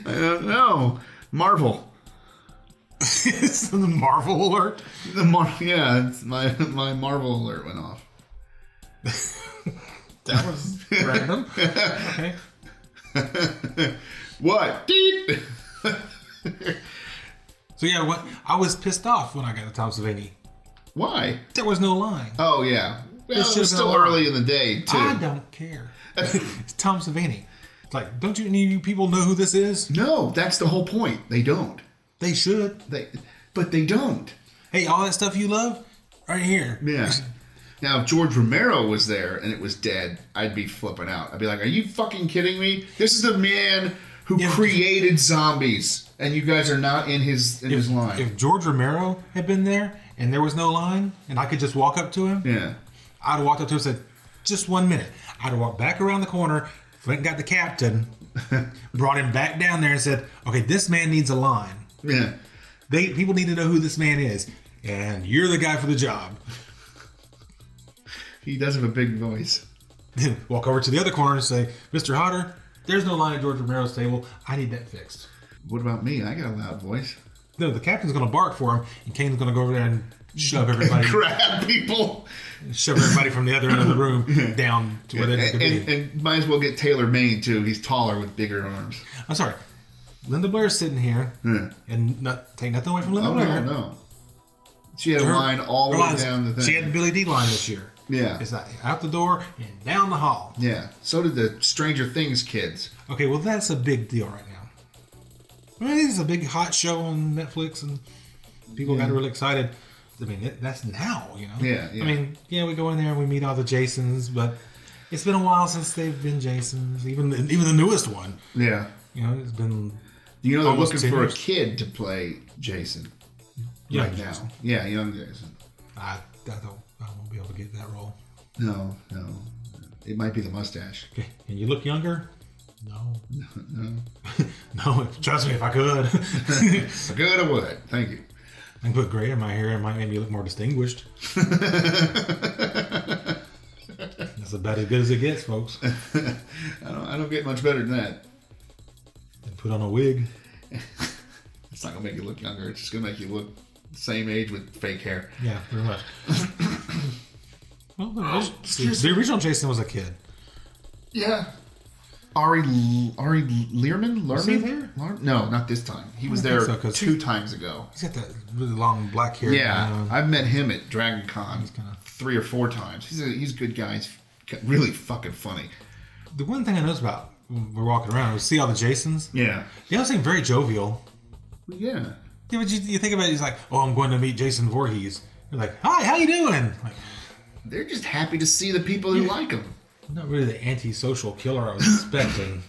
Speaker 5: I don't know. Marvel.
Speaker 4: it's the Marvel alert.
Speaker 5: The Mar- yeah, it's my my Marvel alert went off.
Speaker 4: That was random. Okay.
Speaker 5: What? Deep.
Speaker 4: So yeah, what I was pissed off when I got to Tom Savini.
Speaker 5: Why?
Speaker 4: There was no line.
Speaker 5: Oh yeah. Well,
Speaker 4: It's
Speaker 5: it was
Speaker 4: just
Speaker 5: still
Speaker 4: a lie.
Speaker 5: early in the day too.
Speaker 4: I don't care. it's Tom Savini. It's like, don't you any of you people know who this is?
Speaker 5: No, that's the whole point. They don't.
Speaker 4: They should.
Speaker 5: They, but they don't.
Speaker 4: Hey, all that stuff you love, right here.
Speaker 5: Yeah. Now, if George Romero was there and it was dead, I'd be flipping out. I'd be like, "Are you fucking kidding me? This is the man who
Speaker 4: Yeah.
Speaker 5: created zombies, and you guys are not in his in his line."
Speaker 4: If George Romero had been there and there was no line, and I could just walk up to him,
Speaker 5: yeah.
Speaker 4: I'd have walked up to him and said, "Just one minute." I'd have walked back around the corner, went and got the captain, brought him back down there, and said, "Okay, this man needs a line."
Speaker 5: Yeah.
Speaker 4: They people need to know who this man is, and you're the guy for the job.
Speaker 5: He does have a big voice.
Speaker 4: Walk over to the other corner and say, "Mr. Hodder, there's no line at George Romero's table. I need that fixed."
Speaker 5: What about me? I got a loud voice.
Speaker 4: No, the captain's gonna bark for him, and Kane's gonna go over there and shove everybody,
Speaker 5: Grab people.
Speaker 4: shove everybody from the other end of the room down to where they need to
Speaker 5: and, and,
Speaker 4: be.
Speaker 5: and might as well get Taylor Maine too. He's taller with bigger arms.
Speaker 4: I'm sorry, Linda Blair's sitting here, and not take nothing away from Linda
Speaker 5: Oh
Speaker 4: Blair.
Speaker 5: no, no. She had a
Speaker 4: Her-
Speaker 5: line all the
Speaker 4: her
Speaker 5: way
Speaker 4: lines-
Speaker 5: down the thing.
Speaker 4: She had the Billy D line this year.
Speaker 5: Yeah.
Speaker 4: it's like out the door and down the hall.
Speaker 5: yeah. So did the Stranger Things kids.
Speaker 4: Okay, well that's a big deal right now. I mean, this is a big hot show on Netflix, and people got really excited. I mean, it, that's now, you know.
Speaker 5: Yeah, yeah.
Speaker 4: I mean, yeah, we go in there and we meet all the Jasons, but it's been a while since they've been Jasons. Even the, even the newest one,
Speaker 5: Yeah.
Speaker 4: you know, it's been
Speaker 5: You know they're
Speaker 4: Almost
Speaker 5: looking
Speaker 4: ten
Speaker 5: for a
Speaker 4: years.
Speaker 5: kid to play Jason
Speaker 4: young
Speaker 5: right
Speaker 4: Jason.
Speaker 5: now. Yeah, young Jason.
Speaker 4: I, I don't, I won't be able to get that role.
Speaker 5: No, no. It might be the mustache.
Speaker 4: Okay, and you look younger. No, no, no. Trust me, if I could, I
Speaker 5: So good, I would. Thank you.
Speaker 4: can put gray in my hair. It might make me look more distinguished. That's about as good as it gets, folks.
Speaker 5: I don't, I don't get much better than that.
Speaker 4: and put on a wig.
Speaker 5: It's not gonna make you look younger. It's just gonna make you look same age with fake hair.
Speaker 4: Yeah, pretty much. well, the, orig- the original Jason was a kid.
Speaker 5: Yeah. Ari L- Ari Learman? Lerman?
Speaker 4: he there?
Speaker 5: Ler- no, not this time. He was
Speaker 4: I
Speaker 5: there
Speaker 4: don't think so, 'cause
Speaker 5: two
Speaker 4: he-
Speaker 5: times ago.
Speaker 4: He's got that really long black hair.
Speaker 5: Yeah,
Speaker 4: Uh,
Speaker 5: I've met him at Dragon Con
Speaker 4: kinda-
Speaker 5: three or four times. He's a he's a good guy. He's f- really fucking funny.
Speaker 4: the one thing I noticed about when we're walking around was see all the Jasons.
Speaker 5: Yeah,
Speaker 4: They all seem very jovial.
Speaker 5: yeah.
Speaker 4: Yeah, but you, you think about it, he's like, oh, I'm going to meet Jason Voorhees. You're like, hi, how you doing? Like,
Speaker 5: They're just happy to see the people who like him.
Speaker 4: not really the antisocial killer I was expecting.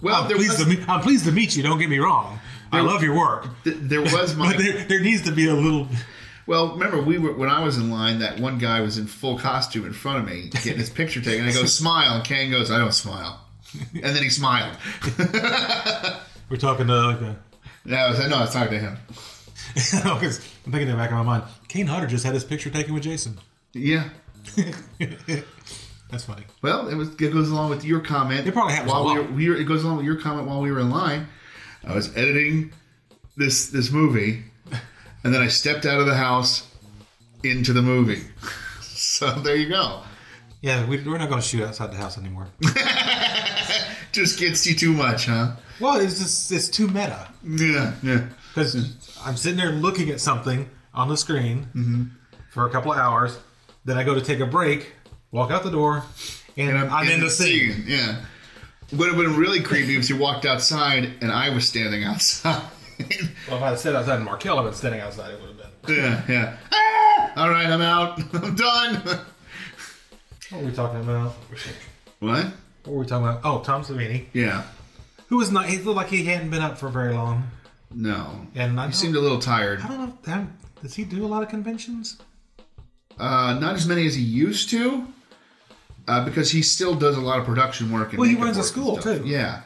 Speaker 5: Well,
Speaker 4: I'm,
Speaker 5: there
Speaker 4: pleased
Speaker 5: was
Speaker 4: to meet, I'm pleased to meet you. Don't get me wrong. I love your work,
Speaker 5: th- there was my
Speaker 4: but there, there needs to be a little.
Speaker 5: Well, remember we were when I was in line. That one guy was in full costume in front of me, getting his picture taken. I go smile, and Kane goes, "I don't smile," and then he smiled.
Speaker 4: We're talking to like a.
Speaker 5: And I was like, "No, I was talking to him."
Speaker 4: Because I'm thinking in the back of my mind, Kane Hodder just had his picture taken with Jason.
Speaker 5: Yeah.
Speaker 4: That's funny.
Speaker 5: Well, it was it goes along with your comment.
Speaker 4: It probably happens
Speaker 5: while
Speaker 4: a lot.
Speaker 5: We were, we were, it goes along with your comment while we were in line. I was editing this this movie, and then I stepped out of the house into the movie. So there you go.
Speaker 4: Yeah, we, we're not going to shoot outside the house anymore.
Speaker 5: Just gets you too much, huh?
Speaker 4: well, it's just it's too meta.
Speaker 5: Yeah, yeah.
Speaker 4: Because I'm sitting there looking at something on the screen for a couple of hours. Then I go to take a break, walk out the door, and, I'm, in the scene.
Speaker 5: Yeah. Would have been really creepy if you walked outside and I was standing outside.
Speaker 4: Well, if I had sat outside and Markel had been standing outside, it would have been.
Speaker 5: yeah, yeah. Ah! All right, I'm out. I'm done.
Speaker 4: What were we talking about?
Speaker 5: what?
Speaker 4: What were we talking about? Oh, Tom Savini,
Speaker 5: Yeah.
Speaker 4: who was not. He looked like he hadn't been up for very long.
Speaker 5: No.
Speaker 4: And I
Speaker 5: you
Speaker 4: don't-
Speaker 5: seemed a little tired.
Speaker 4: I don't know. if that- Does he do a lot of conventions?
Speaker 5: Uh, not as many as he used to, uh, because he still does a lot of production work. And
Speaker 4: Well, he
Speaker 5: makeup
Speaker 4: runs a
Speaker 5: work and
Speaker 4: school,
Speaker 5: stuff.
Speaker 4: too.
Speaker 5: Yeah.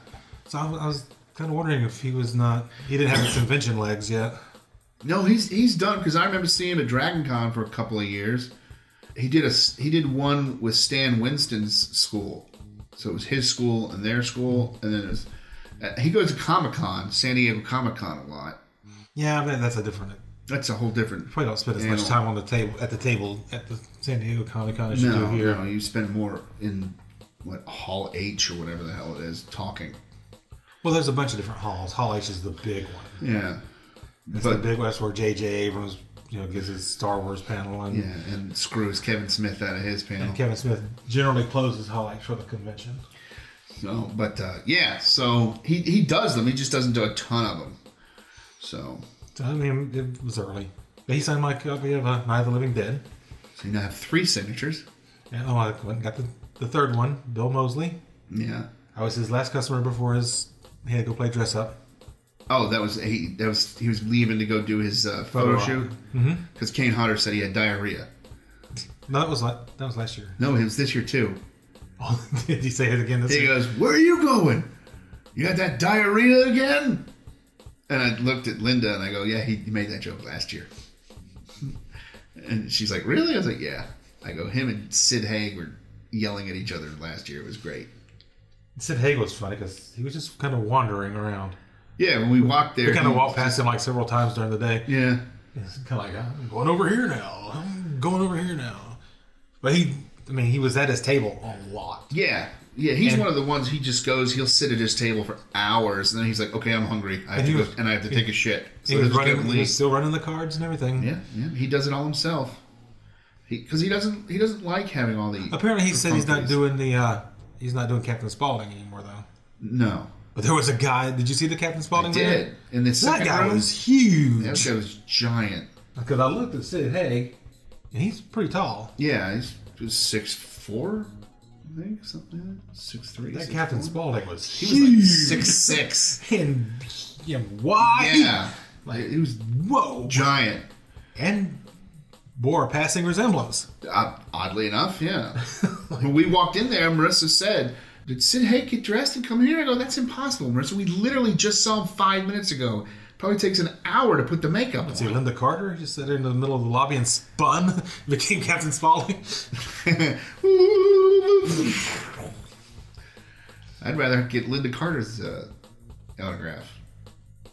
Speaker 4: So I was, I was kind of wondering if he was not. He didn't have his convention legs yet.
Speaker 5: No, he's he's done because I remember seeing him at Dragon Con for a couple of years. He did a s- he did one with Stan Winston's school, so it was his school and their school, and then it was, uh, he goes to Comic Con, San Diego Comic Con, a lot.
Speaker 4: Yeah, I mean, that's a different.
Speaker 5: That's a whole different.
Speaker 4: Probably don't spend as much
Speaker 5: Animal.
Speaker 4: time on the table at the table at the San Diego Comic Con as you do
Speaker 5: No,
Speaker 4: here.
Speaker 5: no, you spend more in what Hall H or whatever the hell it is talking.
Speaker 4: Well, there's a bunch of different halls. Hall H is the big one.
Speaker 5: Yeah,
Speaker 4: That's
Speaker 5: But-
Speaker 4: the big one. That's where J.J. Abrams, you know, gives his Star Wars panel, and,
Speaker 5: yeah, and screws Kevin Smith out of his panel.
Speaker 4: and Kevin Smith generally closes Hall H for the convention.
Speaker 5: So, but uh, yeah, so he he does them. He just doesn't do a ton of them. So
Speaker 4: So I mean, it was early. But he signed my copy of uh, Night of the Living Dead.
Speaker 5: So you now have three signatures.
Speaker 4: And, oh, I went and got the, the third one, Bill Mosley.
Speaker 5: Yeah.
Speaker 4: I was his last customer before his he had to go play dress up.
Speaker 5: Oh, that was he. That was he was leaving to go do his uh,
Speaker 4: Photo
Speaker 5: photo
Speaker 4: op.
Speaker 5: shoot because Kane Hodder said he had diarrhea.
Speaker 4: No, that was like that was last year.
Speaker 5: No, it was this year too.
Speaker 4: Oh, did he say it again this
Speaker 5: He
Speaker 4: year?
Speaker 5: goes, "Where are you going? You had that diarrhea again?" And I looked at Linda and I go, "Yeah, he he made that joke last year." and she's like, "Really?" I was like, "Yeah." I go, "Him and Sid Haig were yelling at each other last year. It was great."
Speaker 4: Sid Haig was funny because he was just kind of wandering around.
Speaker 5: Yeah, when we walked there,
Speaker 4: We kind of
Speaker 5: he-
Speaker 4: walked past him like several times during the day.
Speaker 5: Yeah,
Speaker 4: It's kind of like I'm going over here now. I'm going over here now. But he, I mean, he was at his table a lot.
Speaker 5: Yeah, yeah. He's
Speaker 4: And-
Speaker 5: one of the ones. He just goes. He'll sit at his table for hours, and then he's like, "Okay, I'm hungry. I have
Speaker 4: And he
Speaker 5: to go,
Speaker 4: was-
Speaker 5: and I have to take a shit." So
Speaker 4: he was
Speaker 5: they just
Speaker 4: running,
Speaker 5: give him
Speaker 4: he was
Speaker 5: leave.
Speaker 4: still running the cards and everything.
Speaker 5: Yeah, yeah. He does it all himself. Because he, doesn't. He doesn't like having all the.
Speaker 4: Apparently, he said he's not
Speaker 5: Companies.
Speaker 4: doing the, uh he's not doing Captain Spaulding anymore though.
Speaker 5: No,
Speaker 4: But there was a guy. Did you see the Captain Spaulding?
Speaker 5: he
Speaker 4: there?
Speaker 5: did. In the
Speaker 4: That
Speaker 5: second
Speaker 4: guy
Speaker 5: room,
Speaker 4: was huge.
Speaker 5: that guy was giant.
Speaker 4: Because I looked at Sid Haig, and he's pretty tall.
Speaker 5: Yeah, he's he was six four, I think something like that. six three.
Speaker 4: That
Speaker 5: six
Speaker 4: Captain
Speaker 5: four.
Speaker 4: Spaulding was
Speaker 5: He
Speaker 4: huge.
Speaker 5: was like six six.
Speaker 4: and yeah, why?
Speaker 5: Yeah,
Speaker 4: Like-
Speaker 5: he was
Speaker 4: Whoa.
Speaker 5: giant.
Speaker 4: And bore a passing resemblance.
Speaker 5: Uh, oddly enough, yeah. when we walked in there, Marissa said, "Did Sid Haig get dressed and come here?" I go, "That's impossible, Marissa. We literally just saw him five minutes ago. Probably takes an hour to put the makeup
Speaker 4: See,
Speaker 5: on."
Speaker 4: Linda Carter just sat there in the middle of the lobby and spun, became Captain Spaulding.
Speaker 5: I'd rather get Linda Carter's uh, autograph.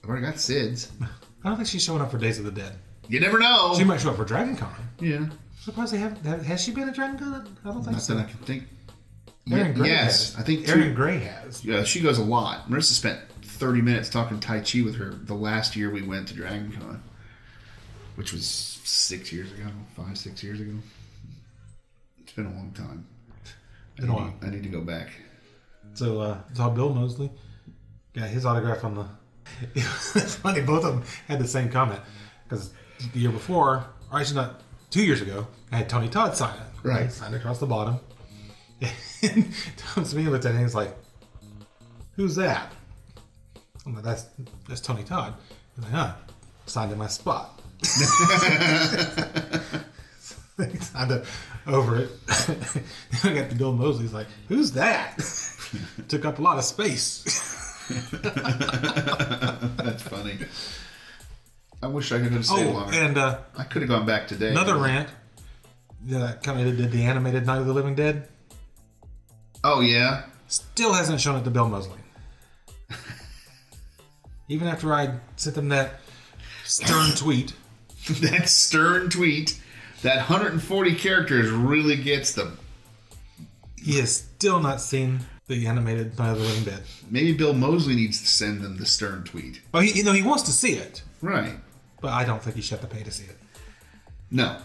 Speaker 5: I've already got Sid's.
Speaker 4: I don't think she's showing up for Days of the Dead.
Speaker 5: You never know.
Speaker 4: She might show up for Dragon Con.
Speaker 5: yeah,
Speaker 4: Surprised they haven't. Has she been at Dragon Con? I don't think
Speaker 5: not
Speaker 4: so.
Speaker 5: that I can think.
Speaker 4: Aaron Gray
Speaker 5: yes,
Speaker 4: has.
Speaker 5: I think
Speaker 4: Aaron
Speaker 5: two-
Speaker 4: Gray has.
Speaker 5: Yeah, Uh, she goes a lot. Marissa spent 30 minutes talking Tai Chi with her the last year we went to Dragon Con, which was six years ago, five, six years ago. It's been a long time.
Speaker 4: Been a while.
Speaker 5: I need to go back.
Speaker 4: So uh, saw Bill Mosley got his autograph on the. It's funny. Both of them had the same comment because the year before, or actually not two years ago, I had Tony Todd sign it.
Speaker 5: Right.
Speaker 4: signed across the bottom. And Tom Smee looked at it and he's like, "Who's that?" I'm like, "That's that's Tony Todd." He's like, "Huh?" Signed in my spot. He signed up over it. I got the Bill Mosley's like, "Who's that?" Took up a lot of space.
Speaker 5: That's funny. I wish I could have stayed
Speaker 4: Oh,
Speaker 5: longer.
Speaker 4: and uh,
Speaker 5: I could have gone back today.
Speaker 4: Another rant that kind of did the animated Night of the Living Dead
Speaker 5: Oh, yeah.
Speaker 4: still hasn't shown it to Bill Mosley. Even after I sent him that stern tweet,
Speaker 5: that stern tweet. That 140 characters really gets them.
Speaker 4: he has still not seen the animated Night of the Living Dead.
Speaker 5: Maybe Bill Mosley needs to send them the stern tweet.
Speaker 4: Oh, he, you know, he wants to see it,
Speaker 5: Right.
Speaker 4: but I don't think he shut the pay to see it.
Speaker 5: No.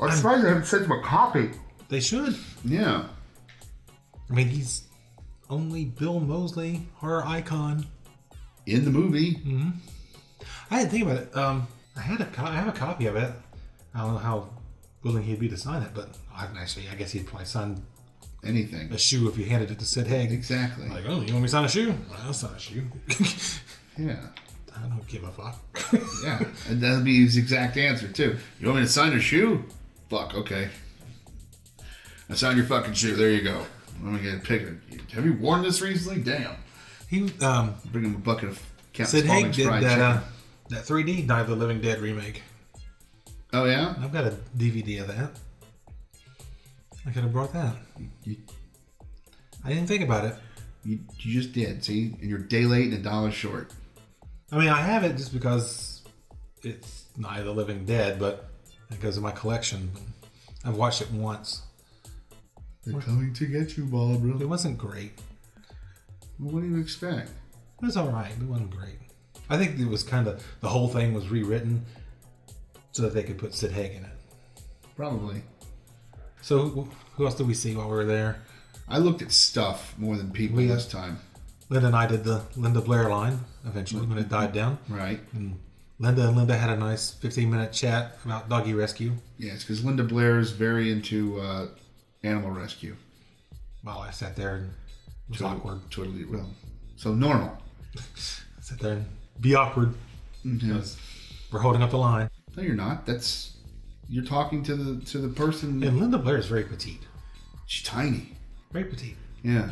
Speaker 5: I'm surprised they haven't sent him a copy.
Speaker 4: They should.
Speaker 5: Yeah.
Speaker 4: I mean, he's only Bill Mosley, horror icon.
Speaker 5: In the movie.
Speaker 4: I didn't think about it. Um, I had a co- I have a copy of it. I don't know how willing he'd be to sign it, but I actually, I guess he'd probably sign
Speaker 5: Anything.
Speaker 4: a shoe if you handed it to Sid Haig.
Speaker 5: Exactly.
Speaker 4: Like, oh, you want me to sign a shoe? I'll sign a shoe.
Speaker 5: yeah.
Speaker 4: I don't give a fuck.
Speaker 5: Yeah. And that'll be his exact answer, too. You want me to sign your shoe? Fuck, okay. I signed your fucking shoe. There you go. Let me get a pick. Have you worn this recently? Damn.
Speaker 4: He um,
Speaker 5: Bring him a bucket of Captain
Speaker 4: Sid Haig
Speaker 5: Spaulding's
Speaker 4: did
Speaker 5: fried
Speaker 4: that
Speaker 5: chicken.
Speaker 4: uh, that 3D Night of the Living Dead remake.
Speaker 5: oh, yeah?
Speaker 4: I've got a DVD of that. I could have brought that.
Speaker 5: You-
Speaker 4: I didn't think about it.
Speaker 5: You, you just did, see? And you're day late and a dollar short.
Speaker 4: I mean, I have it just because it's Night of the Living Dead, but it goes in my collection. I've watched it once.
Speaker 5: They're coming to get you, Barbara.
Speaker 4: It wasn't great.
Speaker 5: What do you expect?
Speaker 4: It was all right. It wasn't great. I think it was kind of the whole thing was rewritten so that they could put Sid Haig in it.
Speaker 5: Probably.
Speaker 4: So who- who else did we see while we were there?
Speaker 5: I looked at stuff more than people
Speaker 4: We-
Speaker 5: this time.
Speaker 4: Linda and I did the Linda Blair line eventually when it died down.
Speaker 5: Right.
Speaker 4: Linda and Linda had a nice 15 minute chat about doggy rescue.
Speaker 5: Yeah, it's because Linda Blair is very into uh, animal rescue.
Speaker 4: While I sat there and it was
Speaker 5: Totally-
Speaker 4: awkward.
Speaker 5: Totally well. So normal.
Speaker 4: Sit there and be awkward. Mm-hmm.
Speaker 5: Yes.
Speaker 4: We're holding up the line.
Speaker 5: No, you're not. That's you're talking to the to the person.
Speaker 4: And Linda Blair is very petite.
Speaker 5: She's tiny.
Speaker 4: Very petite.
Speaker 5: Yeah.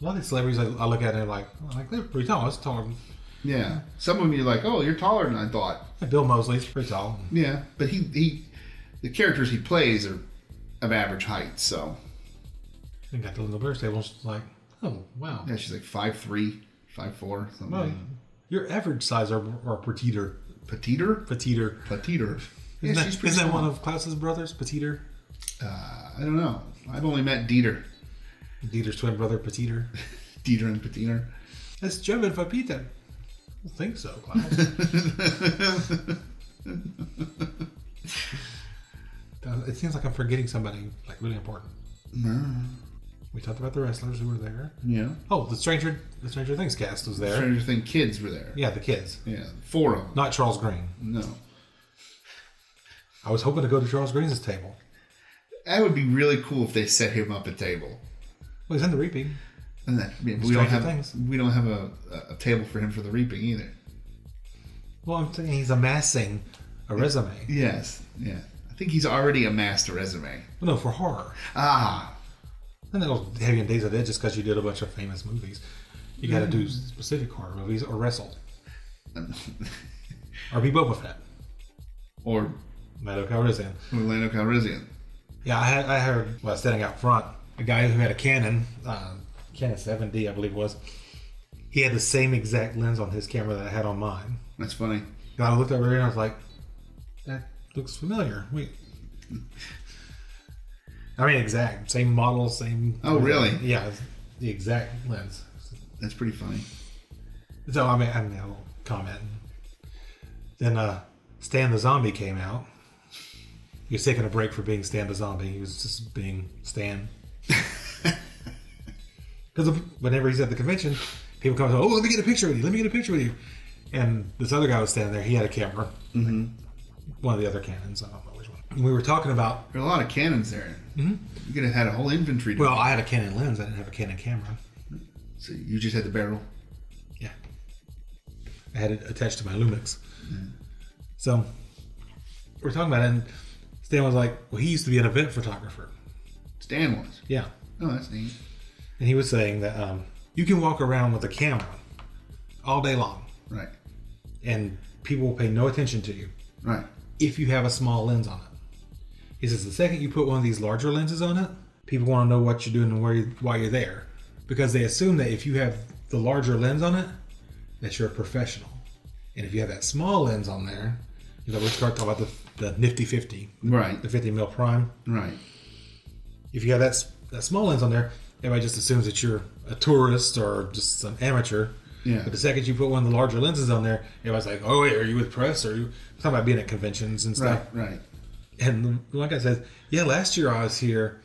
Speaker 4: A lot of these celebrities I, I look at and they're like, oh, like they're pretty tall. That's taller. than-
Speaker 5: Yeah. Some of them you're like, oh, you're taller than I thought.
Speaker 4: Bill Mosley's pretty tall.
Speaker 5: Yeah, but he he, the characters he plays are of average height. So
Speaker 4: And got to Linda Blair's table and she's like, oh, wow.
Speaker 5: yeah, she's like five three, five four, something.
Speaker 4: Well,
Speaker 5: Like
Speaker 4: your average size or, or petiter.
Speaker 5: that. Petiter.
Speaker 4: Petiter.
Speaker 5: Petiter. Yeah,
Speaker 4: Isn't,
Speaker 5: she's
Speaker 4: that,
Speaker 5: pretty.
Speaker 4: isn't that
Speaker 5: small.
Speaker 4: one of Klaus's brothers, Petiter?
Speaker 5: I don't know. I've only met Dieter.
Speaker 4: Dieter's twin brother, Petiter.
Speaker 5: Dieter and Petiter.
Speaker 4: That's German for Peter. I don't think so, Klaus. Uh, it seems like I'm forgetting somebody like really important. We talked about the wrestlers who were there.
Speaker 5: Yeah.
Speaker 4: Oh, the Stranger the Stranger Things cast was there.
Speaker 5: Stranger Thing kids were there.
Speaker 4: Yeah, the kids.
Speaker 5: Yeah, four of them.
Speaker 4: Not Charles Green.
Speaker 5: No,
Speaker 4: I was hoping to go to Charles Green's table.
Speaker 5: that would be really cool if they set him up a table.
Speaker 4: Well, he's in the reaping.
Speaker 5: And that I mean, we don't
Speaker 4: Stranger
Speaker 5: have
Speaker 4: Things.
Speaker 5: we don't have a, a table for him for the reaping either.
Speaker 4: Well, I'm saying he's amassing a resume.
Speaker 5: Yes, yeah. I think he's already amassed a resume.
Speaker 4: Well, no, for horror.
Speaker 5: Ah,
Speaker 4: And that'll have you in Days of the Dead just because you did a bunch of famous movies. You got to do specific horror movies or wrestle or be Boba Fett.
Speaker 5: or
Speaker 4: Mato Calrissian.
Speaker 5: Orlando Calrissian.
Speaker 4: Yeah, I, had, I heard well, standing out front a guy who had a Canon, uh, Canon 7D, I believe it was. He had the same exact lens on his camera that I had on mine.
Speaker 5: That's funny.
Speaker 4: And I looked over there and I was like, that looks familiar. Wait. I mean, exact same model, same.
Speaker 5: Oh, really?
Speaker 4: Yeah, it's the exact lens.
Speaker 5: That's pretty funny.
Speaker 4: So I mean, I mean, I will comment. Then uh, Stan the Zombie came out. He was taking a break for being Stan the Zombie. He was just being Stan. Because whenever he's at the convention, people come up, oh, let me get a picture with you. Let me get a picture with you. And this other guy was standing there. He had a camera. Mm-hmm. One of the other cannons. I don't know which one. And we were talking about
Speaker 5: There are a lot of cannons there. Mm-hmm. You could have had a whole inventory. to-
Speaker 4: Well, I had a Canon lens. I didn't have a Canon camera.
Speaker 5: so you just had the barrel.
Speaker 4: Yeah. I had it attached to my Lumix. So we're talking about it, and Stan was like, well, he used to be an event photographer.
Speaker 5: Stan was.
Speaker 4: Yeah.
Speaker 5: Oh, that's neat.
Speaker 4: And he was saying that um, you can walk around with a camera all day long,
Speaker 5: Right.
Speaker 4: and people will pay no attention to you
Speaker 5: Right.
Speaker 4: if you have a small lens on it. He says, the second you put one of these larger lenses on it, people want to know what you're doing and where you, why you're there. Because they assume that if you have the larger lens on it, that you're a professional. And if you have that small lens on there, you know, we start talking about the, the nifty 50,
Speaker 5: Right.
Speaker 4: the 50 mil prime.
Speaker 5: Right.
Speaker 4: If you have that, s- that small lens on there, everybody just assumes that you're a tourist or just an amateur.
Speaker 5: Yeah.
Speaker 4: But the second you put one of the larger lenses on there, everybody's like, oh, wait, are you with press? Or are you talking about being at conventions and stuff?
Speaker 5: Right. Right.
Speaker 4: and the one guy says, "Yeah, last year I was here.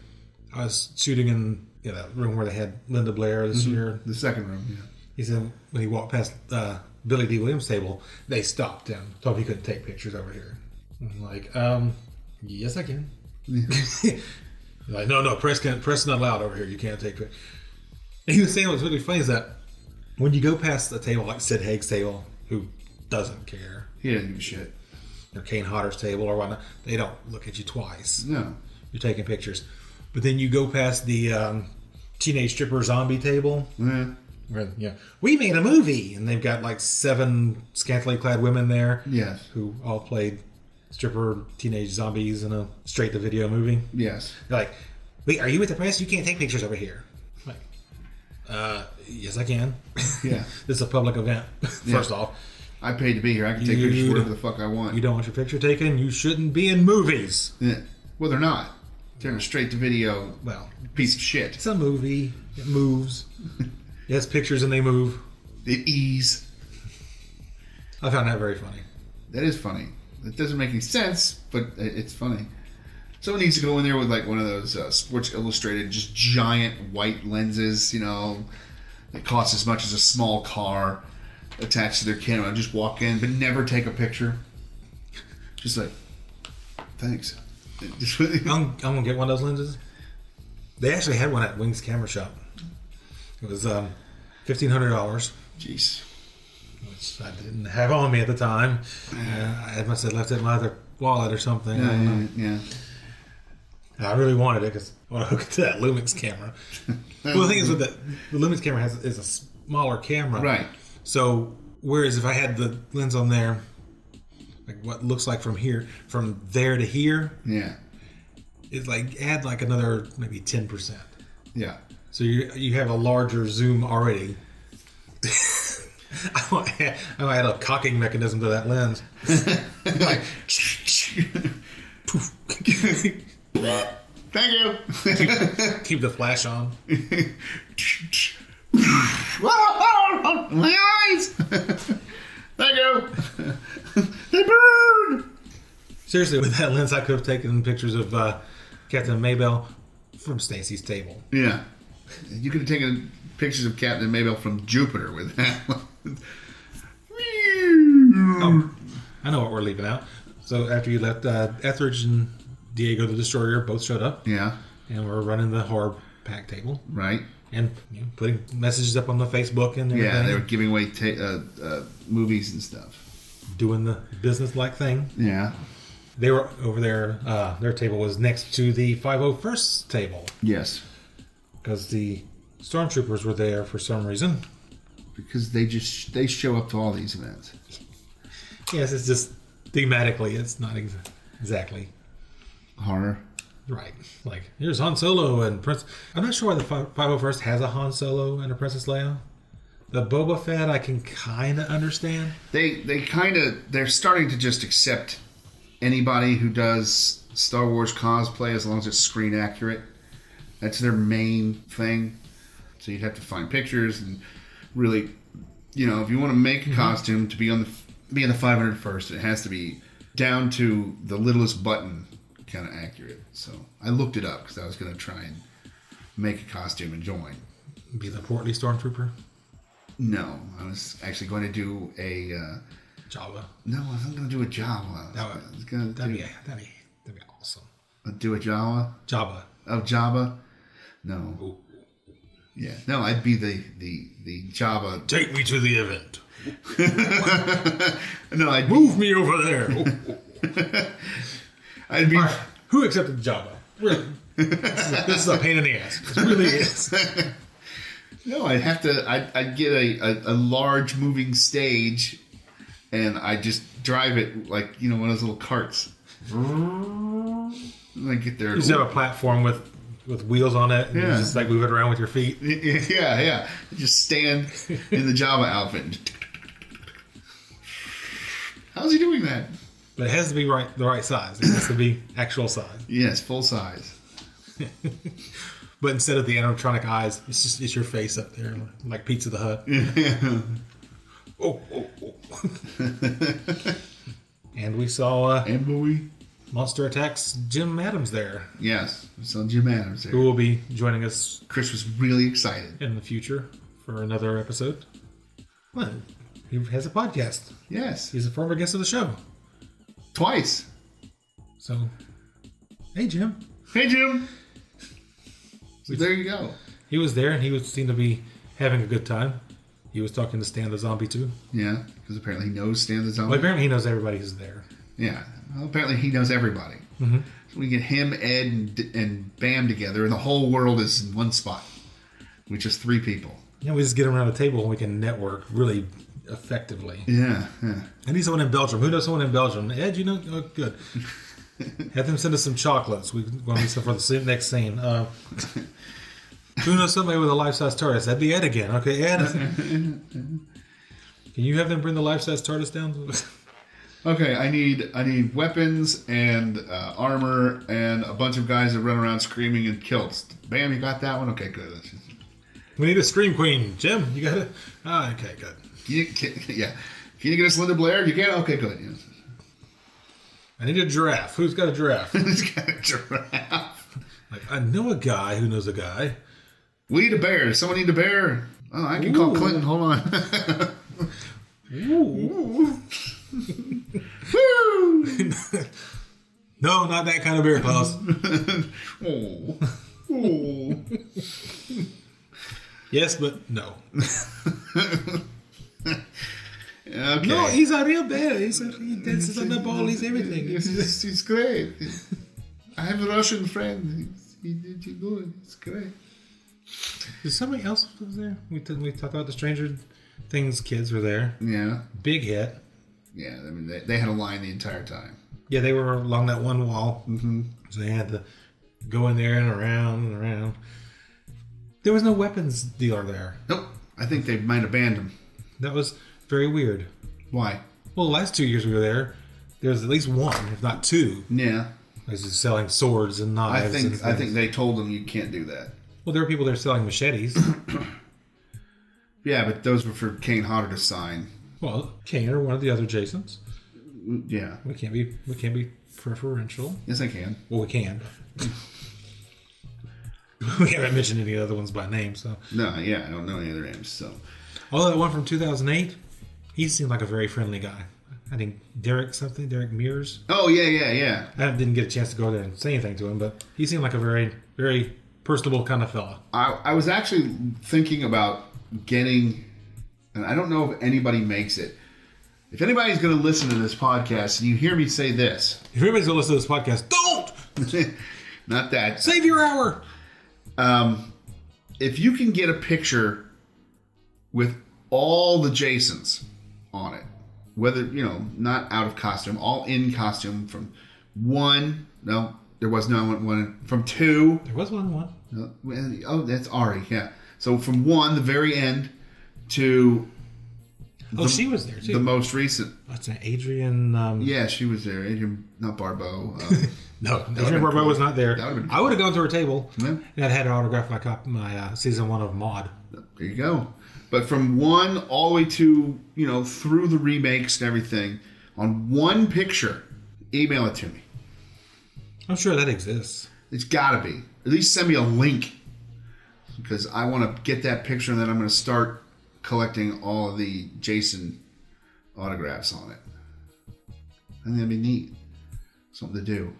Speaker 4: I was shooting in you know, that room where they had Linda Blair this year."
Speaker 5: The second room. Yeah.
Speaker 4: He said when he walked past uh, Billy D. Williams' table, they stopped him, told him he couldn't take pictures over here. I'm like, um, yes, I can. like, no, no, press can't. Press not allowed over here. You can't take pictures. And he was saying what's really funny is that when you go past a table like Sid Haig's table, who doesn't care,
Speaker 5: He didn't give a shit.
Speaker 4: or Kane Hodder's table or whatnot, they don't look at you twice
Speaker 5: No.
Speaker 4: you're taking pictures. But then you go past the um, teenage stripper zombie table.
Speaker 5: Yeah.
Speaker 4: Where, yeah, we made a movie, and they've got like seven scantily clad women there
Speaker 5: Yes.
Speaker 4: who all played stripper teenage zombies in a straight to video movie.
Speaker 5: Yes.
Speaker 4: They're like, "Wait, are you with the press? You can't take pictures over here." I'm like, uh, yes, I can.
Speaker 5: Yeah.
Speaker 4: this is a public event. First off,
Speaker 5: I paid to be here. I can take
Speaker 4: You
Speaker 5: pictures wherever the
Speaker 4: don't-
Speaker 5: fuck I want.
Speaker 4: you don't want your picture taken. You shouldn't be in movies.
Speaker 5: Yeah. Well, they're not. They're a straight to video
Speaker 4: Well,
Speaker 5: piece of shit.
Speaker 4: It's a movie. It moves. it has pictures and they move.
Speaker 5: It ease.
Speaker 4: I found that very funny.
Speaker 5: That is funny. It doesn't make any sense, but i- it's funny. Someone needs to go in there with like one of those uh, Sports Illustrated, just giant white lenses, you know, that cost as much as a small car attached to their camera. Just walk in, but never take a picture. Just like, thanks. Just-
Speaker 4: I'm, I'm gonna get one of those lenses. They actually had one at Wings Camera Shop. It was um, fifteen hundred dollars,
Speaker 5: Jeez.
Speaker 4: which I didn't have on me at the time. Uh, I must have left it in my other wallet or something. I, don't know.
Speaker 5: Yeah, yeah.
Speaker 4: I really wanted it because I want to hook it to that Lumix camera. well, the thing is with the, the Lumix camera has is a smaller camera,
Speaker 5: Right.
Speaker 4: So whereas if I had the lens on there, like what looks like from here, from there to here,
Speaker 5: Yeah.
Speaker 4: it's like add like another maybe ten percent.
Speaker 5: Yeah.
Speaker 4: So you you have a larger zoom already. I want to add, I want to add a cocking mechanism to that lens.
Speaker 5: Like,
Speaker 4: Poof.
Speaker 5: Thank you.
Speaker 4: Keep the flash on.
Speaker 5: My eyes. Thank you. they burn.
Speaker 4: Seriously, with that lens, I could have taken pictures of uh, Captain Maybell from Stacy's table.
Speaker 5: Yeah. You could have taken pictures of Captain Maybell from Jupiter with that. one.
Speaker 4: I know what we're leaving out. So after you left, uh, Etheridge and Diego the Destroyer both showed up,
Speaker 5: yeah.
Speaker 4: and we're running the horror pack table
Speaker 5: Right.
Speaker 4: and you know, putting messages up on the Facebook and everything,
Speaker 5: Yeah, they were giving away ta- uh, uh, movies and stuff.
Speaker 4: doing the business-like thing.
Speaker 5: Yeah.
Speaker 4: They were over there. Uh, their table was next to the 501st table
Speaker 5: Yes.
Speaker 4: because the stormtroopers were there for some reason.
Speaker 5: Because they just they show up to all these events.
Speaker 4: Yes, it's just thematically, it's not ex- exactly
Speaker 5: Horror.
Speaker 4: Right. Like, here's Han Solo and Prince. I'm not sure why the fi- 501st has a Han Solo and a Princess Leia. The Boba Fett, I can kind of understand.
Speaker 5: They they kind of they're starting to just accept anybody who does Star Wars cosplay as long as it's screen accurate. That's their main thing. So you'd have to find pictures and really, you know, if you want to make a costume to be on the be in the 500 first, it has to be down to the littlest button kind of accurate. So I looked it up because I was going to try and make a costume and join.
Speaker 4: Be the portly stormtrooper,
Speaker 5: No, I was actually going to do a. Uh,
Speaker 4: Jawa.
Speaker 5: no, I wasn't going to do a Jawa.
Speaker 4: That
Speaker 5: I
Speaker 4: would-
Speaker 5: was going to
Speaker 4: That'd
Speaker 5: do,
Speaker 4: be that'd be that'd be awesome.
Speaker 5: do a Jawa.
Speaker 4: Jawa.
Speaker 5: of Jabba? No.
Speaker 4: Ooh.
Speaker 5: Yeah. No, I'd be the the the Jabba.
Speaker 4: Take me to the event.
Speaker 5: No, I'd be,
Speaker 4: Move me over there. Oh,
Speaker 5: I'd be
Speaker 4: all right. Who accepted Jawa? Really? this, is a, this is a pain in the ass. It really is.
Speaker 5: no. I'd have to. I'd, I'd get a, a a large moving stage, and I just drive it like you know one of those little carts. And I get there.
Speaker 4: You just have a platform with with wheels on it. And
Speaker 5: Yeah.
Speaker 4: You just like move it around with your feet.
Speaker 5: Yeah, yeah. Just stand in the Jabba outfit. and- How's he doing that?
Speaker 4: But it has to be right the right size. It has to be actual size.
Speaker 5: Yes, full size.
Speaker 4: But instead of the animatronic eyes, it's just it's your face up there, like Pizza the Hut. oh, oh, oh. and we saw uh,
Speaker 5: And boy,
Speaker 4: Monster Attacks Jim Adams there,
Speaker 5: yes. So Jim Adams there.
Speaker 4: who will be joining us
Speaker 5: Chris was really excited.
Speaker 4: in the future for another episode. Well, he has a podcast.
Speaker 5: Yes,
Speaker 4: He's a former guest of the show.
Speaker 5: twice.
Speaker 4: So, hey, Jim.
Speaker 5: Hey, Jim. So there you go.
Speaker 4: He was there and he was seemed to be having a good time. He was talking to Stan the Zombie too.
Speaker 5: Yeah, because apparently he knows Stan the
Speaker 4: Well,
Speaker 5: Zombie.
Speaker 4: apparently he knows everybody who's there.
Speaker 5: yeah, well, apparently he knows everybody. So we get him, Ed, and, and Bam together, and the whole world is in one spot, which is three people.
Speaker 4: Yeah, we just get them around the table and we can network really effectively.
Speaker 5: Yeah, yeah.
Speaker 4: I need someone in Belgium. Who knows someone in Belgium? Ed, you know? Oh, good. Have them send us some chocolates. We want to do some for the se- next scene. Uh, who knows somebody with a life-size TARDIS? That'd be Ed again. Okay, Ed. Can you have them bring the life-size TARDIS down?
Speaker 5: Okay, I need I need weapons and uh, armor and a bunch of guys that run around screaming in kilts. Bam, you got that one. Okay, good. That's just-
Speaker 4: we need a scream queen. Jim, you got it? Ah, okay, good.
Speaker 5: Can you, can, yeah, can you get us Linda Blair? You can. Okay, good. Yeah.
Speaker 4: I need a giraffe. Who's got a giraffe?
Speaker 5: It's got a giraffe.
Speaker 4: like, I know a guy who knows a guy.
Speaker 5: We need a bear. Someone need a bear. Oh, I can call
Speaker 4: Ooh.
Speaker 5: Clinton. Hold on. Woo.
Speaker 4: No, not that kind of bear, Klaus.
Speaker 5: Oh. Oh.
Speaker 4: yes, but no.
Speaker 5: Okay.
Speaker 4: No, he's a real bear. He's a, he dances on the ball. He's everything.
Speaker 5: It's, it's, it's great. I have a Russian friend. He's- He did he good. It's great.
Speaker 4: Is somebody else was there? We t- we talked about the Stranger Things kids were there.
Speaker 5: Yeah.
Speaker 4: Big hit.
Speaker 5: Yeah. I mean, they, they had a line the entire time.
Speaker 4: Yeah, they were along that one wall, mm-hmm. so they had to go in there and around and around. There was no weapons dealer there.
Speaker 5: Nope. I think they might have banned him.
Speaker 4: That was very weird.
Speaker 5: Why?
Speaker 4: Well, the last two years we were there, there was at least one, if not two,
Speaker 5: Yeah.
Speaker 4: was just selling swords and
Speaker 5: I
Speaker 4: knives. and
Speaker 5: think I
Speaker 4: things.
Speaker 5: think they told him you can't do that.
Speaker 4: Well, there were people there selling machetes.
Speaker 5: Yeah, but those were for Kane Hodder to sign.
Speaker 4: well, Kane or one of the other Jasons.
Speaker 5: Yeah.
Speaker 4: We can't be we can't be preferential.
Speaker 5: Yes, I can.
Speaker 4: Well, we can. we haven't mentioned any other ones by name, so.
Speaker 5: No, yeah, I don't know any other names. So
Speaker 4: Although that one from 2008, he seemed like a very friendly guy. I think Derek something, Derek Mears.
Speaker 5: Oh yeah, yeah, yeah.
Speaker 4: I didn't get a chance to go there and say anything to him, but he seemed like a very, very personable kind of fella.
Speaker 5: I, I was actually thinking about getting and I don't know if anybody makes it. If anybody's gonna listen to this podcast and you hear me say this,
Speaker 4: If everybody's gonna listen to this podcast, don't
Speaker 5: not that.
Speaker 4: save your hour.
Speaker 5: Um if you can get a picture with all the Jasons on it, whether you know, not out of costume, all in costume from one no, there was no one one from two
Speaker 4: There was one one.
Speaker 5: Uh, well, Oh, that's Ari. Yeah. So from one, the very end, to
Speaker 4: Oh,
Speaker 5: The-
Speaker 4: she was there too.
Speaker 5: The most recent.
Speaker 4: What's that? Adrian. Um,
Speaker 5: Yeah, she was there. Adrian, not Barbeau. Uh,
Speaker 4: No,
Speaker 5: been
Speaker 4: Adrian Barbeau
Speaker 5: cool.
Speaker 4: was not there.
Speaker 5: That would've been
Speaker 4: I would have gone to her table
Speaker 5: Yeah.
Speaker 4: and I'd had her autograph my cop, my uh, season one of Maud.
Speaker 5: there you go. But from one all the way to, you know, through the remakes and everything, on one picture, email it to me.
Speaker 4: I'm sure that exists.
Speaker 5: It's got to be. At least send me a link because I want to get that picture and then I'm going to start collecting all of the Jason autographs on it. I think that'd be neat. Something to do.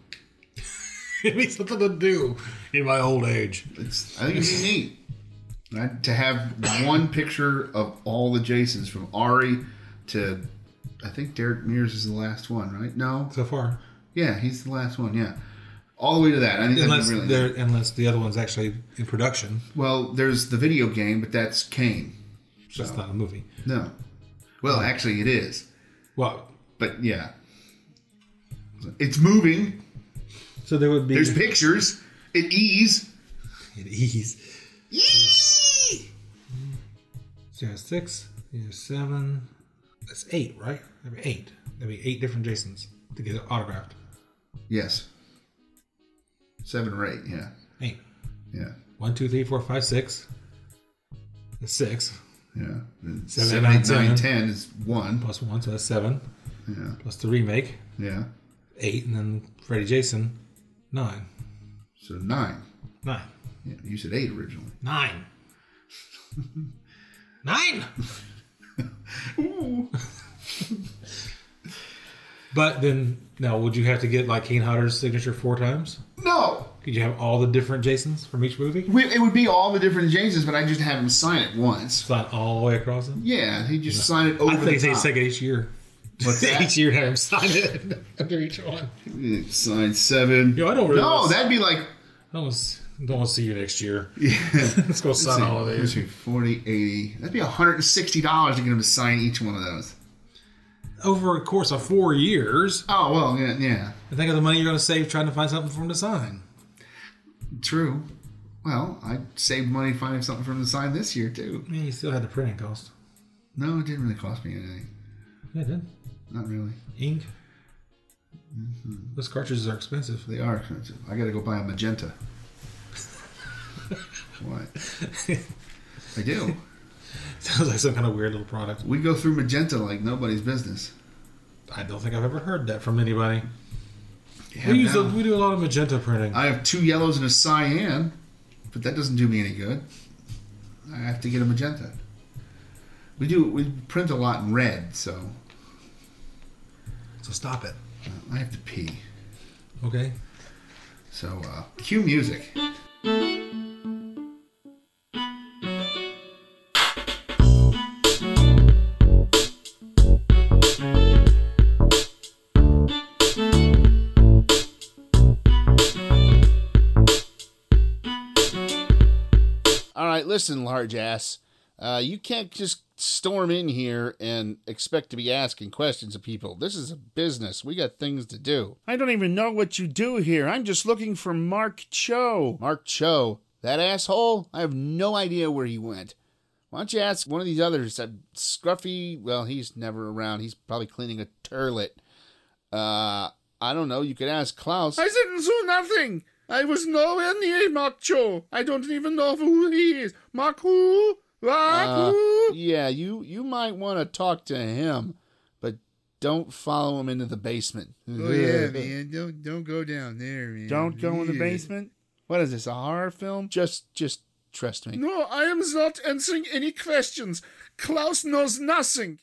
Speaker 4: It'd be something to do in my old age.
Speaker 5: It's, I think it'd be neat right? to have one picture of all the Jasons from Ari to. I think Derek Mears is the last one, right? No,
Speaker 4: So far,
Speaker 5: yeah, he's the last one. Yeah, all the way to that. I think that'd be
Speaker 4: unless
Speaker 5: really
Speaker 4: there, unless the other one's actually in production,
Speaker 5: well. There's the video game, but that's Kane.
Speaker 4: so it's not a movie.
Speaker 5: No.
Speaker 4: Oh.
Speaker 5: Well, actually, it is.
Speaker 4: Well,
Speaker 5: But yeah, it's moving.
Speaker 4: so there would be
Speaker 5: There's pictures. It ease.
Speaker 4: It is.
Speaker 5: Yee!
Speaker 4: So there's six, there's seven. That's eight, right? That'd be eight. That'd be eight different Jasons to get autographed.
Speaker 5: Yes. Seven or eight. Yeah.
Speaker 4: Eight.
Speaker 5: Yeah.
Speaker 4: One, two, three, four, five, six. That's six.
Speaker 5: Yeah. And
Speaker 4: Seven,
Speaker 5: Seven,
Speaker 4: eight,
Speaker 5: eight, nine,
Speaker 4: nine.
Speaker 5: ten is one.
Speaker 4: Plus one, so that's seven.
Speaker 5: Yeah.
Speaker 4: Plus the remake,
Speaker 5: Yeah.
Speaker 4: eight, and then Freddy Jason, nine.
Speaker 5: So nine.
Speaker 4: Nine.
Speaker 5: Yeah, you said eight originally.
Speaker 4: Nine. Nine. but then, now, would you have to get like Kane Hodder's signature four times?
Speaker 5: No,
Speaker 4: Could you have all the different Jasons from each movie?
Speaker 5: we, it would be all the different Jameses, but I just have him sign it once.
Speaker 4: Sign all the way across them?
Speaker 5: Yeah, he just signed it over
Speaker 4: I think
Speaker 5: the
Speaker 4: they
Speaker 5: top.
Speaker 4: take it each year.
Speaker 5: What's that?
Speaker 4: each year, have him sign it under each one.
Speaker 5: Sign seven.
Speaker 4: Yo, I don't really
Speaker 5: no,
Speaker 4: want-
Speaker 5: that'd be like
Speaker 4: I almost don't want to see you next year. Let's go sign all of
Speaker 5: Let's
Speaker 4: these.
Speaker 5: see, 40, 80. That'd be $160 to get him to sign each one of those.
Speaker 4: Over a course of four years,
Speaker 5: Oh, well, yeah, yeah.
Speaker 4: I think of the money you're going to save trying to find something for him to sign.
Speaker 5: True. Well, I saved money finding something for him to sign this year, too.
Speaker 4: Man, you still had the printing cost.
Speaker 5: No, it didn't really cost me anything.
Speaker 4: Yeah, it did.
Speaker 5: Not really.
Speaker 4: Ink. Those cartridges are expensive.
Speaker 5: They are expensive. I got to go buy a magenta. what? I do.
Speaker 4: Sounds like some kind of weird little product.
Speaker 5: We go through magenta like nobody's business.
Speaker 4: I don't think I've ever heard that from anybody.
Speaker 5: Yeah,
Speaker 4: We, use a,
Speaker 5: now-
Speaker 4: we do a lot of magenta printing.
Speaker 5: I have two yellows and a cyan, but that doesn't do me any good. I have to get a magenta. We do we print a lot in red, so
Speaker 4: so stop it.
Speaker 5: I have to pee.
Speaker 4: Okay.
Speaker 5: So uh, cue music.
Speaker 1: All right, listen, large ass. Uh, you can't just storm in here and expect to be asking questions of people. This is a business. We got things to do.
Speaker 3: I don't even know what you do here. I'm just looking for Mark Cho.
Speaker 1: Mark Cho, that asshole, I have no idea where he went. Why don't you ask one of these others? That scruffy, well, he's never around. He's probably cleaning a turlet. Uh, I don't know. You could ask Klaus.
Speaker 3: I didn't do nothing. I was nowhere near Mark Cho. I don't even know who he is. Mark who? Mark
Speaker 1: Uh,
Speaker 3: who?
Speaker 1: yeah, you you might want to talk to him, but don't follow him into the basement.
Speaker 2: Oh yeah, man. Don't don't go down there, man.
Speaker 3: Don't go in the
Speaker 2: Yeah.
Speaker 3: basement.
Speaker 1: What is this? A horror film? Just just trust me.
Speaker 3: No, I am not answering any questions. Klaus knows nothing.